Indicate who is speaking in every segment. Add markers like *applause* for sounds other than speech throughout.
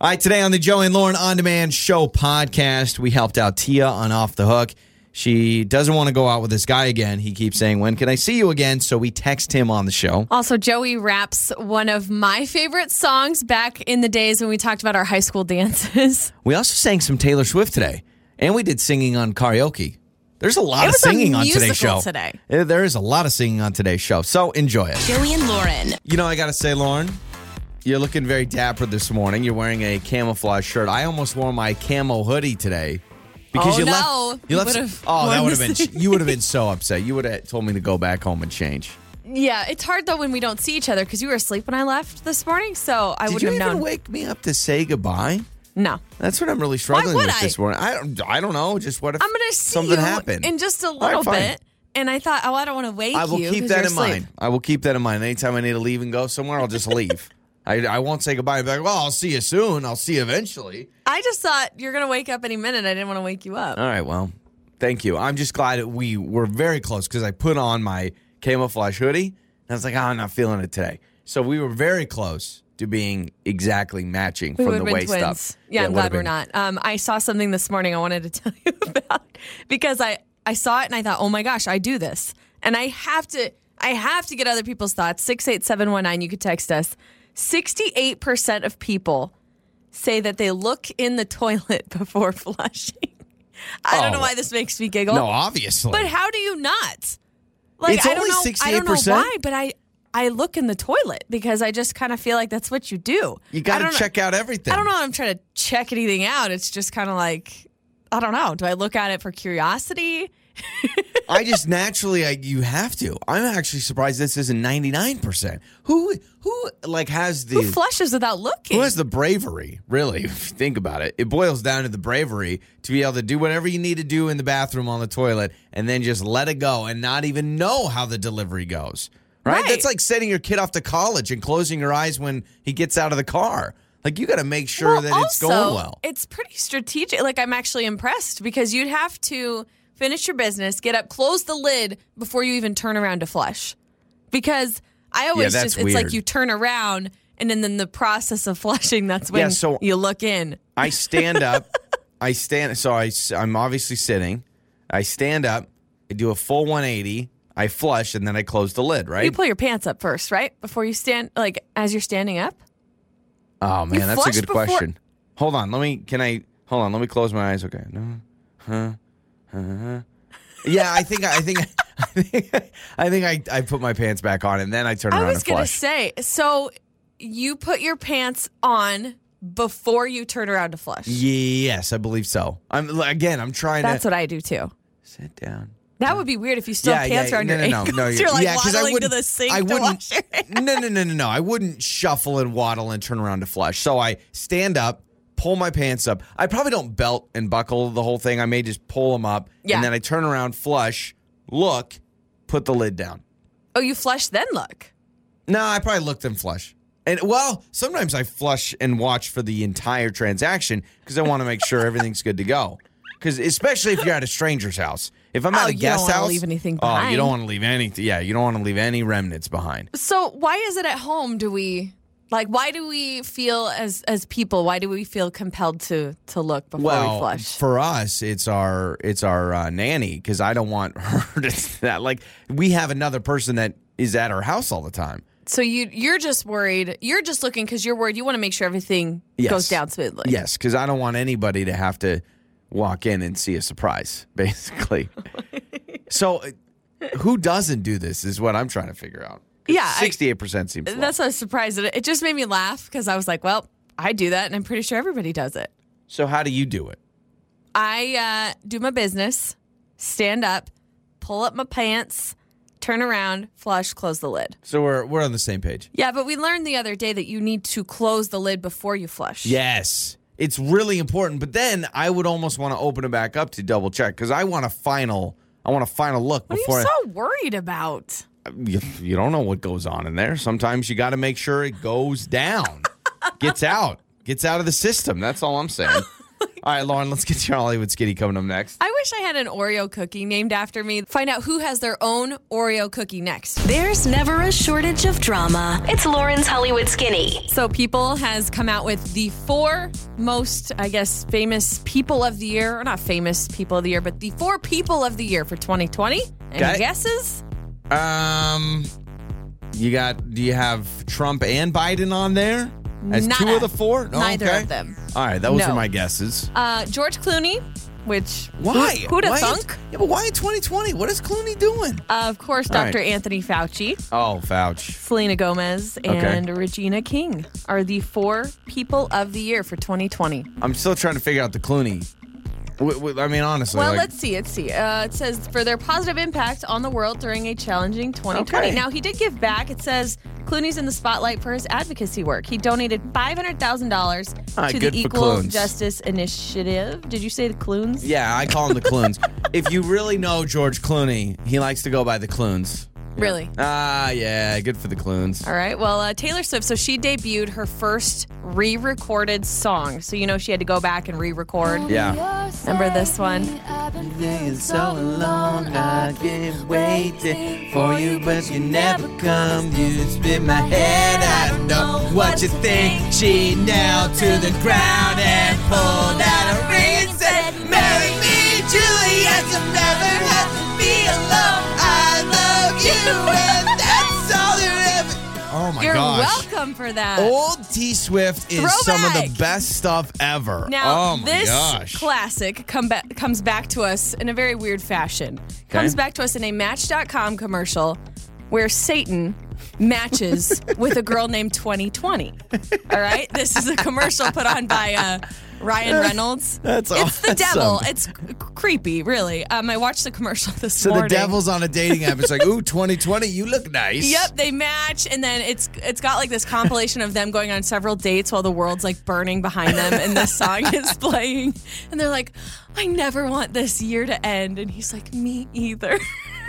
Speaker 1: All right, today on the Joe and Lauren On Demand Show podcast, we helped out Tia on Off the Hook. She doesn't want to go out with this guy again. He keeps saying, When can I see you again? So we text him on the show.
Speaker 2: Also, Joey raps one of my favorite songs back in the days when we talked about our high school dances. *laughs*
Speaker 1: We also sang some Taylor Swift today, and we did singing on karaoke. There's a lot
Speaker 2: It
Speaker 1: of
Speaker 2: was a
Speaker 1: singing on today's show.
Speaker 2: musical today.
Speaker 1: Eh, There is a lot of singing on today's show. So enjoy it.
Speaker 3: Joey and Lauren.
Speaker 1: You know, I got to say, Lauren, you're looking very dapper this morning. You're wearing a camouflage shirt. I almost wore my camo hoodie today because
Speaker 2: Oh,
Speaker 1: you
Speaker 2: no.
Speaker 1: left. You
Speaker 2: You
Speaker 1: left.
Speaker 2: would've
Speaker 1: oh, that
Speaker 2: worn
Speaker 1: would have
Speaker 2: the *laughs*
Speaker 1: been. You would have been so upset. You would have told me to go back home and change.
Speaker 2: Yeah, it's hard though when we don't see each other because you were asleep when I left this morning, so I
Speaker 1: Did you
Speaker 2: wouldn't
Speaker 1: even
Speaker 2: have known.
Speaker 1: wake me up to say goodbye?
Speaker 2: No,
Speaker 1: That's what I'm really struggling
Speaker 2: would
Speaker 1: with
Speaker 2: I?
Speaker 1: this morning. I don't. I don't know. Just what if
Speaker 2: I'm gonna see
Speaker 1: something
Speaker 2: you
Speaker 1: happened
Speaker 2: in just a
Speaker 1: All right,
Speaker 2: little
Speaker 1: fine.
Speaker 2: bit, and I thought, oh, I don't want to wake you.
Speaker 1: I will
Speaker 2: 'cause
Speaker 1: keep that
Speaker 2: you're
Speaker 1: in
Speaker 2: asleep.
Speaker 1: mind. I will keep that in mind. Anytime I need to leave and go somewhere, I'll just leave. *laughs* I, I won't say goodbye. i be like, well, I'll see you soon. I'll see you eventually.
Speaker 2: I just thought you're gonna wake up any minute. I didn't want to wake you up.
Speaker 1: All right. Well, thank you. I'm just glad that we were very close because I put on my camouflage hoodie and I was like, oh, I'm not feeling it today. So we were very close to being exactly matching from
Speaker 2: We would
Speaker 1: the
Speaker 2: have been
Speaker 1: waist up.
Speaker 2: twins. Yeah,
Speaker 1: it
Speaker 2: I'm
Speaker 1: would
Speaker 2: glad
Speaker 1: have
Speaker 2: we're
Speaker 1: been-
Speaker 2: not. Um, I saw something this morning I wanted to *laughs* tell you about because I, I saw it and I thought, oh my gosh, I do this. And I have to I have to get other people's thoughts. 68719, you could text us. 68% of people say that they look in the *laughs* toilet before flushing. I don't know
Speaker 1: Oh.
Speaker 2: why this makes me giggle.
Speaker 1: No, obviously.
Speaker 2: But how do you not? Like
Speaker 1: It's
Speaker 2: I don't
Speaker 1: only
Speaker 2: know I don't know
Speaker 1: 68%?
Speaker 2: why, but I I look in the toilet because I just kind of feel like that's what you do.
Speaker 1: you
Speaker 2: I
Speaker 1: got
Speaker 2: don't
Speaker 1: to
Speaker 2: know-
Speaker 1: check out everything.
Speaker 2: I don't know. that I'm trying to check anything out. It's just kind of like I don't know. Do I look at it for curiosity?
Speaker 1: I just naturally, I, you have to. I'm actually surprised this isn't 99%. Who, who like has the.
Speaker 2: Who flushes without looking?
Speaker 1: Hmm. Who has the bravery, really? *laughs* If you think about it, it boils down to the bravery to be able to do whatever you need to do in the bathroom on the toilet and then just let it go and not even know how the delivery goes. Right?
Speaker 2: Right.
Speaker 1: That's like sending your kid off to college and closing your eyes when he gets out of the car. Like you got to make sure
Speaker 2: Well,
Speaker 1: that it's
Speaker 2: also,
Speaker 1: going well.
Speaker 2: It's pretty strategic. Like I'm actually impressed because you'd have to finish your business, get up, close the lid before you even turn around to flush. Because I always
Speaker 1: that's
Speaker 2: just it's
Speaker 1: weird.
Speaker 2: like you turn around and then in the process of *laughs* flushing, that's when
Speaker 1: Yeah, so-
Speaker 2: you look in. *laughs*
Speaker 1: I stand up. I stand. So I, am obviously sitting. I stand up. I do a full 180. I flush and then I close the lid. Right?
Speaker 2: You pull your pants up first, right? Before you stand like as you're standing up?
Speaker 1: Oh man, that's a
Speaker 2: flush
Speaker 1: good
Speaker 2: before-
Speaker 1: question. Hold on, let me. Can I? Hold on, let me close my eyes. Okay, no, huh, huh. Yeah, I think I think *laughs* I think I think I, I put my pants back on and then I turn around
Speaker 2: I was
Speaker 1: and
Speaker 2: gonna
Speaker 1: flush.
Speaker 2: say, so you put your pants on before you turn around to flush.
Speaker 1: yes, I believe so. I'm again. I'm trying
Speaker 2: That's
Speaker 1: to
Speaker 2: what I do too.
Speaker 1: sit down.
Speaker 2: That would be weird if you still have pants around
Speaker 1: no,
Speaker 2: your
Speaker 1: no, no,
Speaker 2: ankles. *laughs*
Speaker 1: No,
Speaker 2: you're like
Speaker 1: 'cause
Speaker 2: waddling to the sink
Speaker 1: I
Speaker 2: to
Speaker 1: wouldn't,
Speaker 2: wash your *laughs* hands.
Speaker 1: No, no, no, no, no. I wouldn't shuffle and waddle and turn around to flush. So I stand up, pull my pants up. I probably don't belt and buckle the whole thing. I may just pull them up,
Speaker 2: Yeah.
Speaker 1: and then I turn around, flush, look, put the lid down.
Speaker 2: Oh, you flush then look.
Speaker 1: No, I probably looked and flush. And well, sometimes I flush and watch for the entire transaction because I want to make sure everything's good to go. Because especially if you're at a stranger's house, if I'm
Speaker 2: Oh,
Speaker 1: at a
Speaker 2: you don't
Speaker 1: guest
Speaker 2: wanna
Speaker 1: house,
Speaker 2: leave anything
Speaker 1: Oh, you don't
Speaker 2: behind.
Speaker 1: want to leave anything. Yeah, you don't want to leave any remnants behind.
Speaker 2: So why is it at home do we like why do we feel as as people why do we feel compelled to to look before we
Speaker 1: Well,
Speaker 2: flush?
Speaker 1: for us, it's our it's our uh, nanny because I don't want *laughs* her to that. Like we have another person that is at our house all the time.
Speaker 2: so you you're just worried. You're just looking cuz you're worried you want to make sure everything
Speaker 1: Yes.
Speaker 2: goes down smoothly.
Speaker 1: Yes, because I don't want anybody to have to walk in and see a surprise, *laughs*
Speaker 2: *laughs*
Speaker 1: basically. so, uh, who doesn't do this is what I'm trying to figure out.
Speaker 2: Yeah, I-
Speaker 1: sixty-eight percent seems. low.
Speaker 2: That's not surprising. It just made me laugh because I was like, well, I do that and I'm pretty sure everybody does it.
Speaker 1: so. How do you do it?
Speaker 2: I uh, do my business, stand up, pull up my pants, turn around, flush, close the lid.
Speaker 1: So we're we're on the same page.
Speaker 2: Yeah, but we learned the other day that you need to close the lid before you flush.
Speaker 1: Yes, it's really important. But then I would almost want to open it back up to double check because I want a final. I want a final look
Speaker 2: What
Speaker 1: before.
Speaker 2: are
Speaker 1: I-
Speaker 2: you so worried about?
Speaker 1: you, you don't know what goes on in there. Sometimes you got to make sure it goes down, gets out, gets out of the system. That's all I'm saying. All right, Lauren, let's get to your Hollywood Skitty coming up next.
Speaker 2: I wish I had an Oreo cookie named after me. Find out who has their own Oreo cookie next.
Speaker 3: There's never a shortage of drama. It's Lauren's Hollywood Skinny.
Speaker 2: So, People has come out with the four most, I guess, famous people of the year, or not famous people of the year, but the four people of the year for 2020. Any
Speaker 1: Okay.
Speaker 2: guesses?
Speaker 1: Um, you got? Do you have Trump and Biden on there as two
Speaker 2: Nada.
Speaker 1: of the four? No,
Speaker 2: Neither
Speaker 1: okay.
Speaker 2: of them.
Speaker 1: All right, those
Speaker 2: No.
Speaker 1: are my guesses.
Speaker 2: Uh, George Clooney, which
Speaker 1: Why?
Speaker 2: Who, who'da
Speaker 1: Why in-
Speaker 2: thunk?
Speaker 1: yeah, but why in 2020? What is Clooney doing?
Speaker 2: Uh, of course,
Speaker 1: All right.
Speaker 2: Dr. Anthony Fauci,
Speaker 1: Oh, Fouch.
Speaker 2: Selena Gomez, and Regina King are the four people of the year for 2020.
Speaker 1: I'm still trying to figure out the Clooney. W- w- I mean, honestly,
Speaker 2: Well,
Speaker 1: like,
Speaker 2: let's see. Let's see. Uh, it says for their positive impact on the world during a challenging 2020.
Speaker 1: Okay.
Speaker 2: Now he did give back. It says Clooney's in the spotlight for his advocacy work. He donated five hundred thousand dollars
Speaker 1: Ah,
Speaker 2: to
Speaker 1: good
Speaker 2: the
Speaker 1: for
Speaker 2: Equal
Speaker 1: Clunes.
Speaker 2: Justice Initiative. Did you say the Clunes?
Speaker 1: yeah, I call him the *laughs* Clunes. if you really know George Clooney, he likes to go by the Clunes.
Speaker 2: Really?
Speaker 1: Ah, yeah, good for the Clunes.
Speaker 2: All right. Well, uh, Taylor Swift. So she debuted her first re-recorded song. So you know she had to go back and re-record.
Speaker 1: Yeah.
Speaker 2: Remember this one?
Speaker 1: so long, I've been waiting for you, but you never come. You spin my head, I don't know what you think. She knelt to the ground and pulled out a ring and said, Marry me, Juliet, I've never had to be alone. I love you, and that's all you ever. Oh my
Speaker 2: You're
Speaker 1: gosh.
Speaker 2: welcome for that.
Speaker 1: Old T Swift is some of the
Speaker 2: Throwback.
Speaker 1: best stuff ever.
Speaker 2: Now,
Speaker 1: oh my
Speaker 2: this
Speaker 1: gosh.
Speaker 2: classic come ba- comes back to us in a very weird fashion. Comes back to us in a Match.com commercial where Satan matches
Speaker 1: *laughs*
Speaker 2: with a girl named 2020. All right? This is a commercial put on by uh, Ryan Reynolds.
Speaker 1: That's
Speaker 2: it's the
Speaker 1: awesome.
Speaker 2: devil. It's c- creepy, really. Um, I watched the commercial this
Speaker 1: So
Speaker 2: morning.
Speaker 1: the devil's on a dating app. It's like, ooh, 2020, you look nice.
Speaker 2: Yep, they match, and then it's it's got like this compilation of them going on several dates while the world's like burning behind them, and this song *laughs* is playing, and they're like, "I never want this year to end," and he's like, "Me either."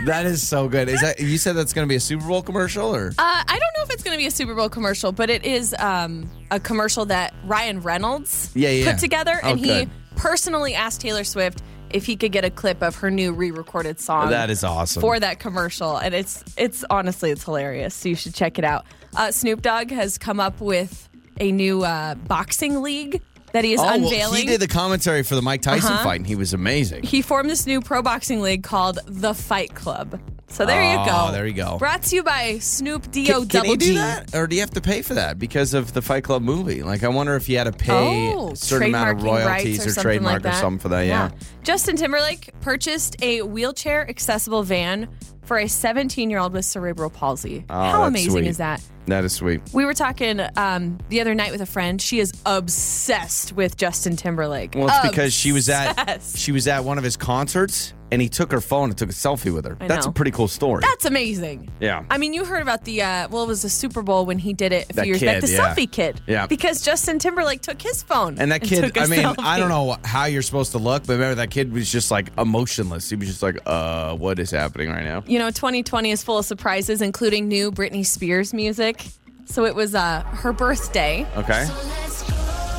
Speaker 1: That is so good. Is that you said that's going to be a Super Bowl commercial or?
Speaker 2: Uh, I don't know if it's going to be a Super Bowl commercial, but it is um, a commercial that Ryan Reynolds
Speaker 1: Yeah, yeah, yeah.
Speaker 2: put together,
Speaker 1: Oh,
Speaker 2: and he
Speaker 1: good.
Speaker 2: personally asked Taylor Swift if he could get a clip of her new re-recorded song.
Speaker 1: That is awesome.
Speaker 2: Um, for that commercial, and it's it's honestly it's hilarious. So you should check it out. Uh, Snoop Dogg has come up with a new uh, boxing league that he is
Speaker 1: oh, well,
Speaker 2: unveiling. Uh-huh.
Speaker 1: he did the commentary for the Mike Tyson fight, and he was amazing.
Speaker 2: He formed this new pro boxing league called the Fight Club. So there you
Speaker 1: Oh,
Speaker 2: go.
Speaker 1: there you go.
Speaker 2: Brought to you by Snoop D O
Speaker 1: Can, can
Speaker 2: Double
Speaker 1: he do
Speaker 2: G.
Speaker 1: that, or do you have to pay for that because of the Fight Club movie? Like, I wonder if you had to pay
Speaker 2: Oh,
Speaker 1: a certain amount of
Speaker 2: trademarking rights
Speaker 1: royalties or,
Speaker 2: something
Speaker 1: trademark
Speaker 2: like that.
Speaker 1: or something for that. Yeah.
Speaker 2: Justin Timberlake purchased a wheelchair accessible van for a 17 year old with cerebral palsy. How
Speaker 1: Oh, that's
Speaker 2: amazing
Speaker 1: sweet.
Speaker 2: is that?
Speaker 1: that is sweet.
Speaker 2: We were talking um, the other night with a friend. She is obsessed with Justin Timberlake.
Speaker 1: Well, it's because she was at
Speaker 2: Obsessed.
Speaker 1: she was at one of his concerts, and he took her phone and took a selfie with her.
Speaker 2: I
Speaker 1: That's
Speaker 2: know.
Speaker 1: a pretty cool story.
Speaker 2: That's amazing.
Speaker 1: Yeah.
Speaker 2: I mean, you heard about the uh, well, it was the Super Bowl when he did it a few
Speaker 1: That
Speaker 2: years back.
Speaker 1: kid,
Speaker 2: The
Speaker 1: yeah.
Speaker 2: selfie kid.
Speaker 1: Yeah.
Speaker 2: Because Justin Timberlake took his phone
Speaker 1: And that kid,
Speaker 2: took a
Speaker 1: I mean, I
Speaker 2: selfie.
Speaker 1: don't know how you're supposed to look, but remember that kid was just like emotionless. He was just like, uh, what is happening right now?
Speaker 2: You know, 2020 is full of surprises, including new Britney Spears music. So it was uh, her birthday,
Speaker 1: Okay.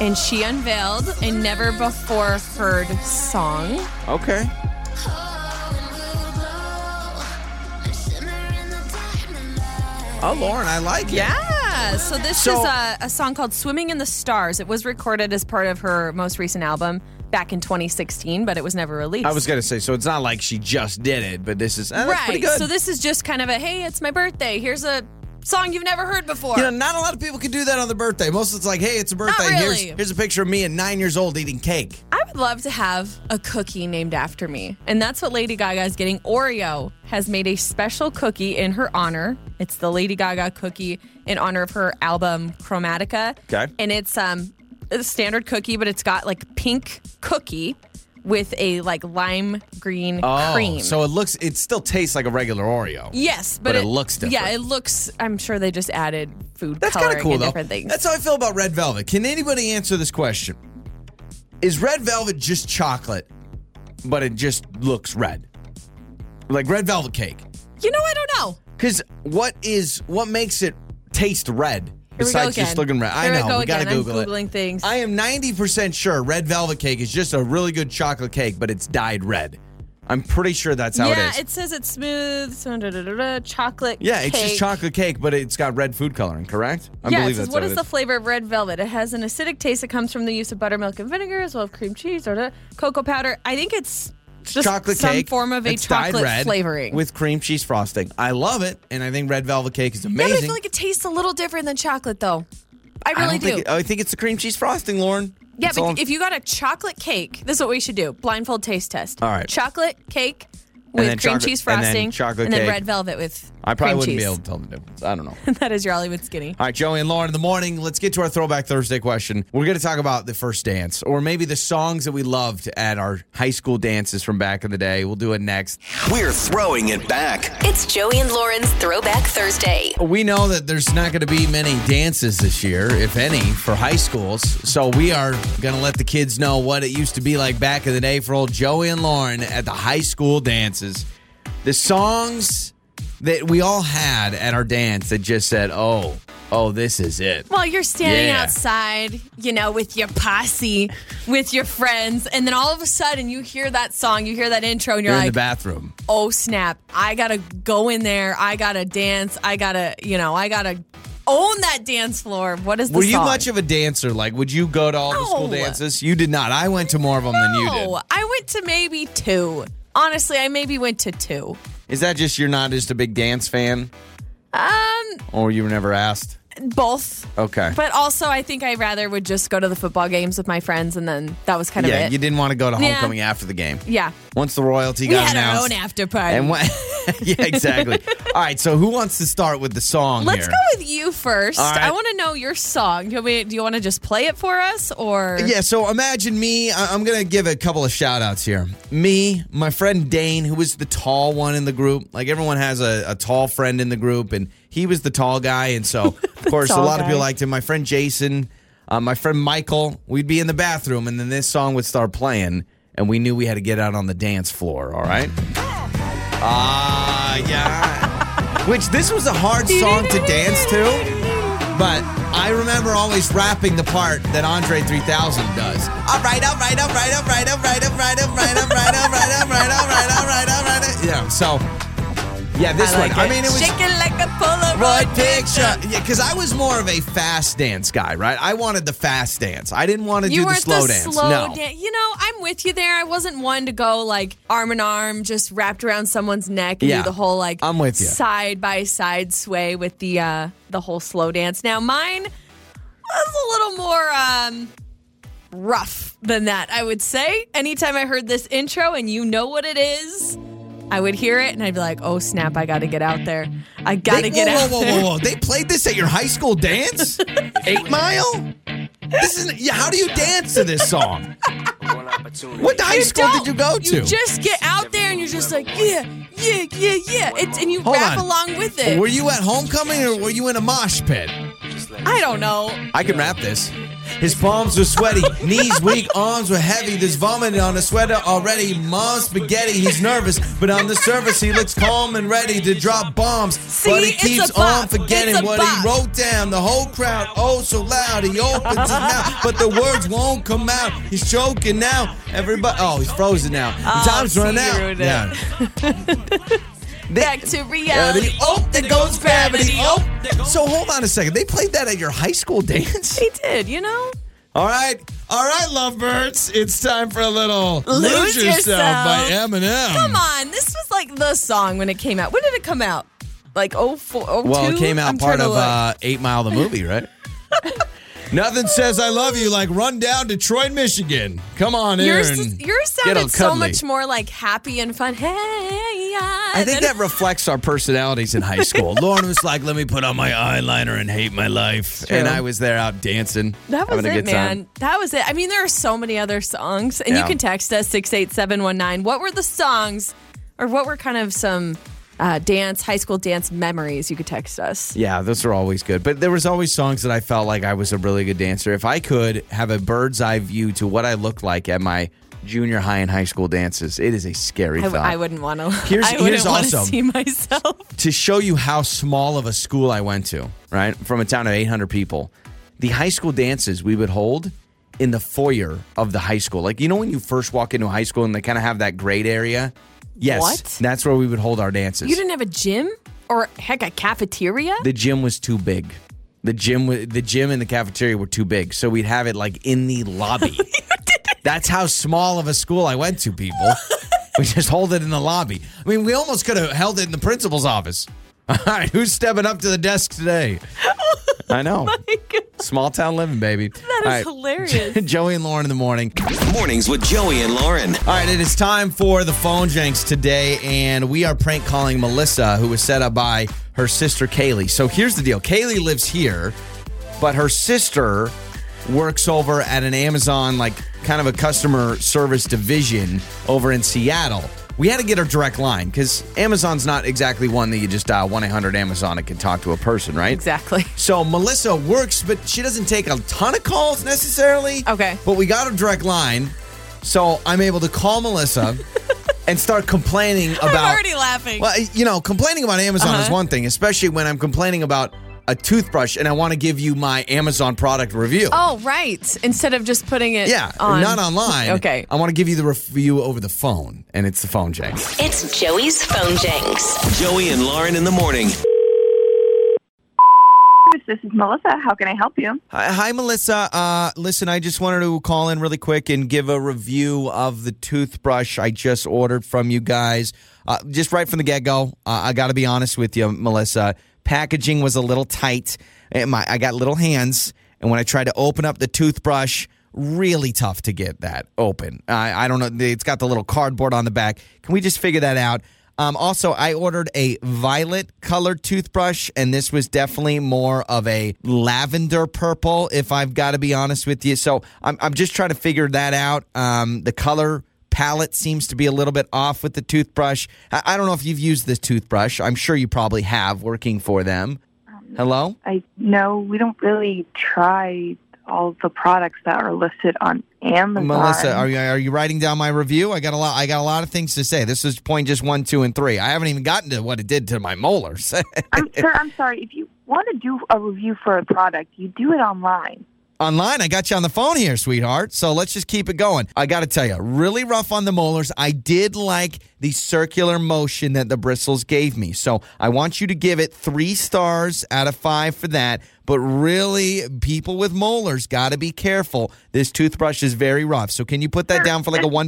Speaker 2: and she unveiled a never before heard song.
Speaker 1: Okay. Oh, Lauren, I like it.
Speaker 2: Yeah. So this
Speaker 1: So-
Speaker 2: is a, a song called Swimming in the Stars. It was recorded as part of her most recent album back in 2016, but it was never released.
Speaker 1: I was going to say, so it's not like she just did it, but this is, eh, that's pretty
Speaker 2: right.
Speaker 1: good.
Speaker 2: So this is just kind of a hey, it's my birthday. Here's a song you've never heard before.
Speaker 1: you know, not a lot of people can do that on their birthday. Most of it's like, hey, it's a birthday. Here's,
Speaker 2: really.
Speaker 1: here's a picture of me at nine years old eating cake.
Speaker 2: I would love to have a cookie named after me. And that's what Lady Gaga's getting. Oreo has made a special cookie in her honor. It's the Lady Gaga cookie in honor of her album Chromatica.
Speaker 1: Okay.
Speaker 2: And it's um a standard cookie, but it's got like pink cookie with a like lime green cream.
Speaker 1: Oh, so it looks, it still tastes like a regular Oreo.
Speaker 2: yes, but,
Speaker 1: but it looks different.
Speaker 2: Yeah, it looks I'm sure they just added food
Speaker 1: That's kind
Speaker 2: coloring
Speaker 1: of cool,
Speaker 2: and
Speaker 1: though.
Speaker 2: different things.
Speaker 1: That's how I feel about red velvet. Can anybody answer this question? Is red velvet just chocolate, but it just looks red, like red velvet cake?
Speaker 2: you know, I don't know.
Speaker 1: Because what is what makes it taste red?
Speaker 2: Here we go
Speaker 1: Besides just
Speaker 2: again.
Speaker 1: looking right, I
Speaker 2: Here
Speaker 1: know
Speaker 2: I go
Speaker 1: we gotta
Speaker 2: again. I'm
Speaker 1: Google it.
Speaker 2: Googling things.
Speaker 1: I am ninety percent sure red velvet cake is just a really good chocolate cake, but it's dyed red. I'm pretty sure that's how
Speaker 2: yeah,
Speaker 1: it is.
Speaker 2: it says it's smooth, so da, da, da, da, chocolate.
Speaker 1: yeah, it's just
Speaker 2: cake.
Speaker 1: chocolate cake, but it's got red food coloring. Correct? I
Speaker 2: yeah, it
Speaker 1: believe
Speaker 2: says,
Speaker 1: that's
Speaker 2: what
Speaker 1: how
Speaker 2: is
Speaker 1: it
Speaker 2: the flavor of red velvet? It has an acidic taste that comes from the use of buttermilk and vinegar, as well as cream cheese or the cocoa powder. I think it's just
Speaker 1: chocolate
Speaker 2: some
Speaker 1: cake,
Speaker 2: form of a
Speaker 1: it's dyed
Speaker 2: chocolate
Speaker 1: red
Speaker 2: flavoring.
Speaker 1: with cream cheese frosting. I love it, and I think red velvet cake is
Speaker 2: yeah, but I
Speaker 1: amazing.
Speaker 2: feel like it tastes a little different than chocolate, though.
Speaker 1: I
Speaker 2: I really
Speaker 1: don't think
Speaker 2: do.
Speaker 1: it- I think it's the cream cheese frosting, Lauren.
Speaker 2: yeah,
Speaker 1: That's all I'm-
Speaker 2: but if you got a chocolate cake, this is what we should do: blindfold taste test.
Speaker 1: All right.
Speaker 2: chocolate cake
Speaker 1: then
Speaker 2: with cream
Speaker 1: chocolate-
Speaker 2: cheese
Speaker 1: and then
Speaker 2: frosting,
Speaker 1: chocolate
Speaker 2: and then
Speaker 1: cake.
Speaker 2: red velvet with
Speaker 1: I probably wouldn't
Speaker 2: cream cheese.
Speaker 1: be able to tell the difference. I don't know. *laughs*
Speaker 2: *laughs* that is your Hollywood skinny.
Speaker 1: All right, Joey and Lauren in the morning. Let's get to our Throwback Thursday question. We're going to talk about the first dance, or maybe the songs that we loved at our high school dances from back in the day. We'll do it next.
Speaker 4: We're throwing it back.
Speaker 3: It's Joey and Lauren's Throwback Thursday.
Speaker 1: We know that there's not going to be many dances this year, if any, for high schools. So we are going to let the kids know what it used to be like back in the day for old Joey and Lauren at the high school dances. The songs that we all had at our dance that just said, "Oh, oh, this is it."
Speaker 2: Well, you're standing
Speaker 1: Yeah.
Speaker 2: outside, you know, with your posse, with your friends, and then all of a sudden you hear that song, you hear that intro, and you're,
Speaker 1: You're in
Speaker 2: like,
Speaker 1: the bathroom.
Speaker 2: oh snap, I gotta go in there, I gotta dance, I gotta, you know, I gotta own that dance floor. What is the
Speaker 1: Were you
Speaker 2: song?
Speaker 1: much of a dancer? Like, would you go to all the school
Speaker 2: No.
Speaker 1: dances? You did not. I went to more of them than you did.
Speaker 2: no, I went to maybe two. Honestly, I maybe went to two.
Speaker 1: Is that just you're not just a big dance fan,
Speaker 2: Um,
Speaker 1: or you were never asked?
Speaker 2: both.
Speaker 1: Okay.
Speaker 2: But also, I think I rather would just go to the football games with my friends, and then that was kind of
Speaker 1: yeah,
Speaker 2: it.
Speaker 1: you didn't want to go to
Speaker 2: Yeah.
Speaker 1: homecoming after the game.
Speaker 2: yeah,
Speaker 1: Once the royalty
Speaker 2: we
Speaker 1: got
Speaker 2: had our
Speaker 1: announced,
Speaker 2: own after party.
Speaker 1: and what? *laughs* yeah,
Speaker 2: *laughs*
Speaker 1: exactly. all right. So, who wants to start with the song
Speaker 2: Let's
Speaker 1: here?
Speaker 2: go with you first.
Speaker 1: All right.
Speaker 2: I want to know your song. Do you, want me- do you want to just play it for us, or
Speaker 1: Yeah, so imagine me. I- I'm going to give a couple of shout outs here. Me, my friend Dane, who was the tall one in the group. Like everyone has a, a tall friend in the group, and he was the tall guy. And
Speaker 2: *laughs*
Speaker 1: so, of course, a
Speaker 2: tall
Speaker 1: lot of
Speaker 2: guy.
Speaker 1: people liked him. My friend Jason, uh, my friend Michael, we'd be in the bathroom, and then this song would start playing, and we knew we had to get out on the dance floor, all right? Ah, yeah.
Speaker 2: *laughs*
Speaker 1: Which this was a hard song to dance to. But I remember always rapping the part that Andre 3000 does. All right, all right, all right, all right, all right, all right, all right, all right, all right, all right, all right, all right, all right. Yeah, so yeah, this
Speaker 2: I like
Speaker 1: one. I mean, it was
Speaker 2: Shake it like a Polaroid
Speaker 1: Polaroid
Speaker 2: picture.
Speaker 1: picture. Yeah, because I was more of a fast dance guy, right? I wanted the fast dance. I didn't want to
Speaker 2: You
Speaker 1: do the
Speaker 2: weren't
Speaker 1: slow
Speaker 2: the
Speaker 1: dance.
Speaker 2: slow
Speaker 1: no.
Speaker 2: dan- You know, I'm with you there. I wasn't one to go like arm in arm, just wrapped around someone's neck and
Speaker 1: Yeah.
Speaker 2: do the whole like
Speaker 1: I'm with you.
Speaker 2: side by side sway with the uh the whole slow dance. Now mine was a little more um rough than that, I would say. Anytime I heard this intro and you know what it is, I would hear it and I'd be like, oh snap, I gotta get out there. I gotta
Speaker 1: They-
Speaker 2: get
Speaker 1: whoa,
Speaker 2: out
Speaker 1: whoa,
Speaker 2: there.
Speaker 1: whoa, whoa, whoa. They played this at your high school
Speaker 2: *laughs*
Speaker 1: dance? Eight Mile? This isn't. yeah, How do you dance to this song? What high
Speaker 2: You
Speaker 1: school
Speaker 2: don't.
Speaker 1: did you go to?
Speaker 2: You just get out there and you're just like, yeah, yeah, yeah, yeah. It's, and you
Speaker 1: Hold
Speaker 2: rap
Speaker 1: on.
Speaker 2: along with it.
Speaker 1: Were you at homecoming or were you in a mosh pit?
Speaker 2: I don't know.
Speaker 1: I can rap this. His palms were sweaty, knees weak, arms were heavy. There's vomit on the sweater already. Mom's spaghetti, he's nervous, but on the surface he looks calm and ready to drop bombs. but he
Speaker 2: it's a
Speaker 1: keeps
Speaker 2: bop.
Speaker 1: on forgetting
Speaker 2: It's a
Speaker 1: what
Speaker 2: bop.
Speaker 1: he wrote down. The whole crowd, oh so loud, he opens his mouth, but the words won't come out. He's choking now. Everybody, oh, he's frozen now. The time's
Speaker 2: Oh, see,
Speaker 1: run
Speaker 2: you
Speaker 1: out.
Speaker 2: ruined it. Back to reality.
Speaker 1: Oh, there goes gravity.
Speaker 2: gravity.
Speaker 1: Oh. So hold on a second. They played that at your high school dance?
Speaker 2: He did, you know?
Speaker 1: *laughs* All right. All right, lovebirds. It's time for a little
Speaker 2: Lose Yourself.
Speaker 1: by Eminem.
Speaker 2: Come on. This was like the song when it came out. When did it come out? Like oh, 04, 02?
Speaker 1: Well, it came out
Speaker 2: I'm
Speaker 1: part
Speaker 2: trying
Speaker 1: of
Speaker 2: to look.
Speaker 1: uh, Eight Mile, the movie, right? *laughs* Nothing says I love you like run down Detroit, Michigan. Come on in.
Speaker 2: Yours, is- yours sounded so
Speaker 1: cuddly.
Speaker 2: much more like happy and fun. Hey, I
Speaker 1: I think that reflects our personalities in high school. *laughs* Lauren was like, "Let me put on my eyeliner and hate my life," and
Speaker 2: true.
Speaker 1: I was there out dancing,
Speaker 2: That was
Speaker 1: having a
Speaker 2: it,
Speaker 1: good time.
Speaker 2: man. That was it. I mean, there are so many other songs, and
Speaker 1: Yeah.
Speaker 2: you can text us six eight seven one nine. What were the songs, or what were kind of some uh, dance, high school dance memories? You could text us.
Speaker 1: Yeah, those are always good. But there was always songs that I felt like I was a really good dancer. If I could have a bird's eye view to what I looked like at my junior high and high school dances. It is a scary
Speaker 2: I,
Speaker 1: thought.
Speaker 2: I wouldn't want *laughs* to.
Speaker 1: Here's-
Speaker 2: I wouldn't
Speaker 1: here's
Speaker 2: want to
Speaker 1: awesome.
Speaker 2: see myself.
Speaker 1: to show you how small of a school I went to, right? From a town of 800 people, the high school dances we would hold in the foyer of the high school. Like, you know, when you first walk into high school and they kind of have that grade area? Yes.
Speaker 2: What?
Speaker 1: That's where we would hold our dances.
Speaker 2: You didn't have a gym or heck a cafeteria.
Speaker 1: the gym was too big. The gym, wa- the gym and the cafeteria were too big, so we'd have it like in the lobby. That's how small of a school I went to. People, we just hold it in the lobby. I mean, we almost could have held it in the principal's office. *laughs* All right, who's stepping up to the desk today? I
Speaker 2: *laughs*
Speaker 1: know.
Speaker 2: Oh
Speaker 1: Small town living, baby. That
Speaker 2: is hilarious.
Speaker 1: *laughs* Joey and Lauren in the morning.
Speaker 4: Mornings with Joey and Lauren.
Speaker 1: All right, it is time for the phone janks today, and we are prank calling Melissa, who was set up by her sister Kaylee. So here's the deal Kaylee lives here, but her sister works over at an Amazon, like kind of a customer service division over in Seattle. We had to get her direct line because Amazon's not exactly one that you just dial 1 800 Amazon and can talk to a person, right?
Speaker 2: *laughs* Exactly.
Speaker 1: So Melissa works, but she doesn't take a ton of calls necessarily.
Speaker 2: Okay.
Speaker 1: But we got a direct line, so I'm able to call
Speaker 2: *laughs*
Speaker 1: Melissa and start complaining about.
Speaker 2: I'm already laughing.
Speaker 1: Well, you know, complaining about Amazon is
Speaker 2: Uh-huh.
Speaker 1: one thing, especially when I'm complaining about a toothbrush and I want to give you my Amazon product review.
Speaker 2: Oh right! Instead of just putting it
Speaker 1: Yeah,
Speaker 2: on,
Speaker 1: not online.
Speaker 2: Okay.
Speaker 1: I want to give you the review over the phone, and it's the phone jank.
Speaker 3: It's Joey's phone janks.
Speaker 4: Joey and Lauren in the morning.
Speaker 5: This is Melissa. How can I help you?
Speaker 1: Hi, hi Melissa. Uh, listen, I just wanted to call in really quick and give a review of the toothbrush I just ordered from you guys. Uh, just right from the get go, uh, I got to be honest with you, Melissa. Packaging was a little tight. And my, I got little hands, and when I tried to open up the toothbrush, really tough to get that open. I, I don't know. It's got the little cardboard on the back. Can we just figure that out? Um, also, I ordered a violet colored toothbrush, and this was definitely more of a lavender purple, if I've got to be honest with you. So I'm, I'm just trying to figure that out. Um, the color palette seems to be a little bit off with the toothbrush. I, I don't know if you've used this toothbrush. I'm sure you probably have working for them. Hello?
Speaker 5: I know we don't really try all the products that are listed on Amazon.
Speaker 1: Melissa, are you are you writing down my review? I got a lot. I got a lot of things to say. This is point just one, two, and three. I haven't even gotten to what it did to my *laughs* molars.
Speaker 5: I'm, sir, I'm sorry. If you want to do a review for a product, you do it online.
Speaker 1: online. I got you on the phone here, sweetheart. So let's just keep it going. I got to tell you, really rough on the molars. I did like the circular motion that the bristles gave me. So I want you to give it three stars out of five for that. But really, people with molars got to be careful. This toothbrush is very rough. So can you put that down for like a
Speaker 5: Like,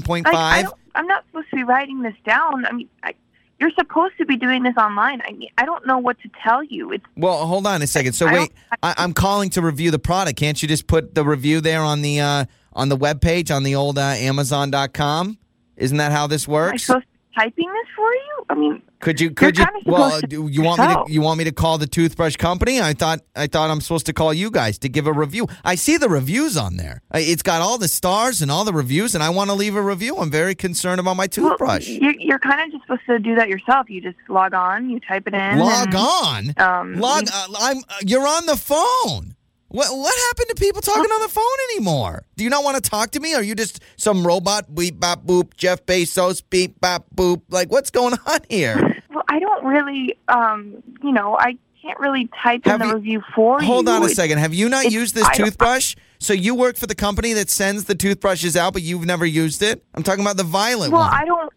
Speaker 1: 1.5?
Speaker 5: I don't, I'm not supposed to be writing this down. I mean, I, you're supposed to be doing this online. I mean, I don't know what to tell you. It's
Speaker 1: Well, hold on a second. So
Speaker 5: I
Speaker 1: wait,
Speaker 5: don't-
Speaker 1: I, I'm calling to review the product. Can't you just put the review there on the uh, on the webpage on the old uh, Amazon.com? Isn't that how this
Speaker 5: am I
Speaker 1: works?
Speaker 5: supposed to be typing this for you? I mean,
Speaker 1: Could you? Could you?
Speaker 5: kinda supposed
Speaker 1: Well,
Speaker 5: to
Speaker 1: do you want me to?
Speaker 5: tell.
Speaker 1: You want me to call the toothbrush company? I thought. I thought I'm supposed to call you guys to give a review. I see the reviews on there. I- It's got all the stars and all the reviews, and I want to leave a review. I'm very concerned about my
Speaker 5: well,
Speaker 1: toothbrush.
Speaker 5: you're, you're kind of just supposed to do that yourself. You just log on, you type it in.
Speaker 1: Log
Speaker 5: and-
Speaker 1: on.
Speaker 5: um,
Speaker 1: Log. Uh, I'm. Uh, you're on the phone. What What happened to people talking on the phone anymore? Do you not want to talk to me? Are you just some robot? Beep bop boop. Jeff Bezos. Beep bop boop. Like what's going *laughs* on here?
Speaker 5: Well, I don't really, um, you know, I can't really type
Speaker 1: Have
Speaker 5: in the
Speaker 1: you-
Speaker 5: review for you.
Speaker 1: Hold on a
Speaker 5: It's-
Speaker 1: second. Have you not
Speaker 5: it's-
Speaker 1: used this
Speaker 5: I don't-
Speaker 1: toothbrush? So you work for the company that sends the toothbrushes out, but you've never used it? I'm talking about the violet
Speaker 5: Well,
Speaker 1: one.
Speaker 5: I don't.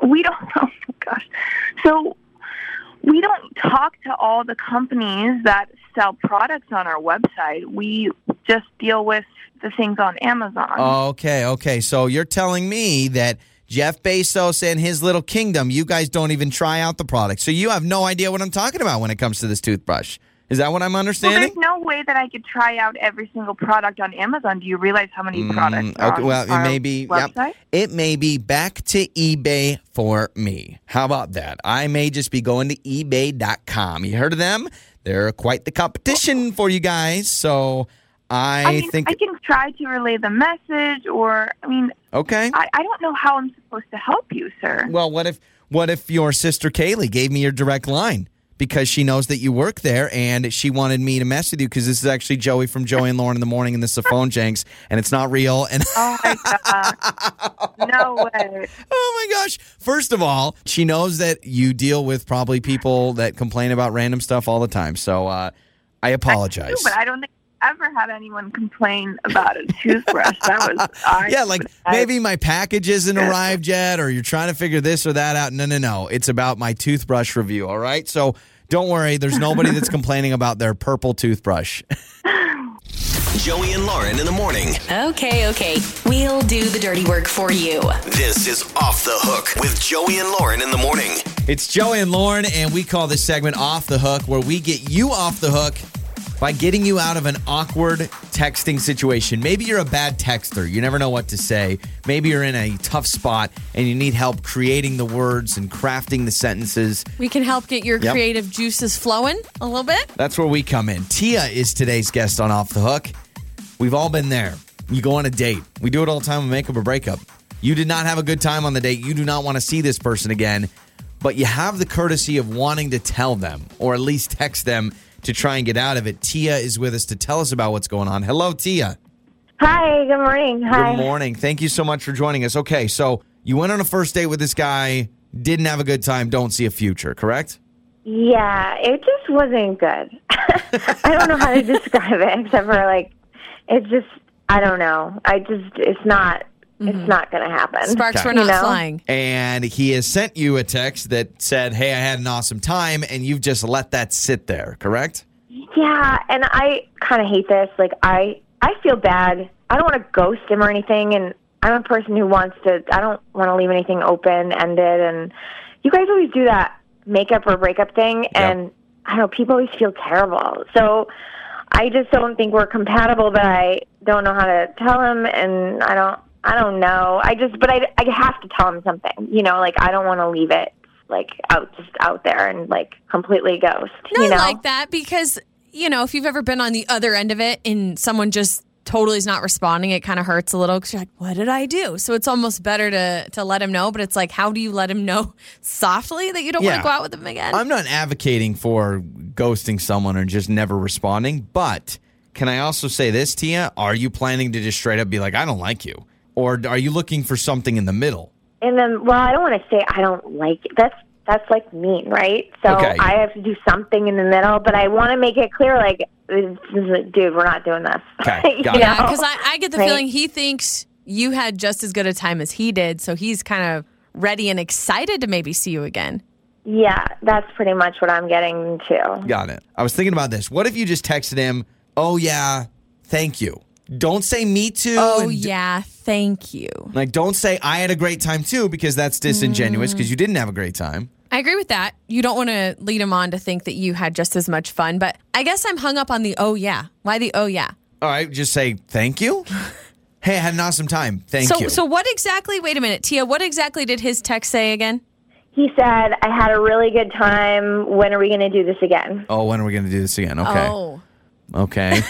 Speaker 5: *laughs* We don't. *laughs* Oh my gosh. So we don't talk to all the companies that sell products on our website. We just deal with the things on Amazon.
Speaker 1: Uh, okay, okay. So you're telling me that Jeff Bezos and his little kingdom, you guys don't even try out the product. So you have no idea what I'm talking about when it comes to this toothbrush. Is that what I'm
Speaker 5: well, there's
Speaker 1: understanding?
Speaker 5: no way that I could try out every single product on Amazon. Do you realize how many products?
Speaker 1: Mm,
Speaker 5: are
Speaker 1: okay,
Speaker 5: on
Speaker 1: well,
Speaker 5: our
Speaker 1: it may be. yep.
Speaker 5: Website?
Speaker 1: It may be back to eBay for me. How about that? I may just be going to eBay.com. You heard of them? They're quite the competition for you guys. So I,
Speaker 5: I, mean,
Speaker 1: think
Speaker 5: I can try to relay the message, or I mean,
Speaker 1: okay.
Speaker 5: I, I don't know how I'm supposed to help you, sir.
Speaker 1: well, what if what if your sister Kaylee gave me your direct line? because she knows that you work there and she wanted me to mess with you because this is actually Joey from Joey and Lauren in the morning and this is a phone jinx and it's not real and
Speaker 5: Oh
Speaker 1: *laughs*
Speaker 5: my gosh. No way.
Speaker 1: oh my gosh. First of all, she knows that you deal with probably people that complain about random stuff all the time. So uh, I
Speaker 5: True,
Speaker 1: apologize.
Speaker 5: but I don't think I've ever had anyone complain about a toothbrush. That was I
Speaker 1: *laughs* yeah, like
Speaker 5: I-
Speaker 1: maybe my package isn't
Speaker 5: Yeah.
Speaker 1: arrived yet, or you're trying to figure this or that out. No, no, no. It's about my toothbrush review. All right. So don't worry. There's nobody
Speaker 5: *laughs*
Speaker 1: that's complaining about their purple toothbrush.
Speaker 4: Joey and Lauren in the morning.
Speaker 3: Okay, okay. We'll do the dirty work for you.
Speaker 4: This is Off the Hook with Joey and Lauren in the morning.
Speaker 1: It's Joey and Lauren, and we call this segment Off the Hook, where we get you off the hook by getting you out of an awkward texting situation. Maybe you're a bad texter, you never know what to say. Maybe you're in a tough spot and you need help creating the words and crafting the sentences.
Speaker 2: We can help get your
Speaker 1: Yep.
Speaker 2: creative juices flowing a little bit.
Speaker 1: That's where we come in. Tia is today's guest on Off the Hook. We've all been there. You go on a date. We do it all the time with makeup or breakup. You did not have a good time on the date. You do not want to see this person again, but you have the courtesy of wanting to tell them or at least text them to try and get out of it. Tia is with us to tell us about what's going on. Hello, Tia.
Speaker 6: Hi, good morning. Hi.
Speaker 1: Good morning. Thank you so much for joining us. Okay, so you went on a first date with this guy, didn't have a good time, don't see a future, correct?
Speaker 6: Yeah, it just wasn't good. *laughs* I don't know how to describe it except for like it's just I don't know. I just it's not
Speaker 1: Mm-hmm.
Speaker 6: it's not going to happen.
Speaker 2: Sparks
Speaker 1: Okay.
Speaker 2: were not
Speaker 6: You know?
Speaker 2: flying.
Speaker 1: and he has sent you a text that said, "Hey, I had an awesome time," and you've just let that sit there, correct?
Speaker 6: Yeah, and I kind of hate this. Like I I feel bad. I don't want to ghost him or anything and I'm a person who wants to I don't want to leave anything open ended and you guys always do that makeup or breakup thing and I don't know people always feel terrible. So I just don't think we're compatible, but I don't know how to tell him and I don't I don't know. I just but I I have to tell him something. You know, like I don't want to leave it like out just out there and like completely ghost,
Speaker 2: No,
Speaker 6: you know.
Speaker 2: I like that because, you know, if you've ever been on the other end of it and someone just totally is not responding, it kind of hurts a little because you're like, what did I do? So it's almost better to, to let him know, but it's like, how do you let him know *laughs* softly that you don't want
Speaker 1: Yeah.
Speaker 2: to go out with him again?
Speaker 1: I'm not advocating for ghosting someone or just never responding, but can I also say this, Tia? Are you planning to just straight up be like, "I don't like you," or are you looking for something in the middle?
Speaker 6: And then, well, I don't want to say I don't like it. That's that's like mean, right? So
Speaker 1: Okay.
Speaker 6: I have to do something in the middle, but I want to make it clear, like, this is- dude, we're not doing this.
Speaker 1: Okay,
Speaker 6: *laughs* You
Speaker 1: got it.
Speaker 6: know?
Speaker 2: Yeah, because I, Uh, I get the
Speaker 6: Right.
Speaker 2: feeling he thinks you had just as good a time as he did, so he's kind of ready and excited to maybe see you again.
Speaker 6: yeah, that's pretty much what I'm getting to.
Speaker 1: Got it. I was thinking about this. What if you just texted him, "Oh yeah, thank you." Don't say me too.
Speaker 2: Oh
Speaker 1: and
Speaker 2: yeah, thank you.
Speaker 1: Like, don't say I had a great time too because that's disingenuous because you didn't have a great time.
Speaker 2: I agree with that. You don't want to lead him on to think that you had just as much fun, but I guess I'm hung up on the oh yeah. Why the oh yeah?
Speaker 1: All right, just say thank
Speaker 2: *laughs*
Speaker 1: you. hey, I had an awesome time. Thank
Speaker 2: so
Speaker 1: you.
Speaker 2: so what exactly? Wait a minute, Tia. What exactly did his text say again?
Speaker 6: He said, I had a really good time. When are we going to do this again?
Speaker 1: oh, when are we going to do this again? Okay.
Speaker 2: Oh, *laughs*
Speaker 1: Okay.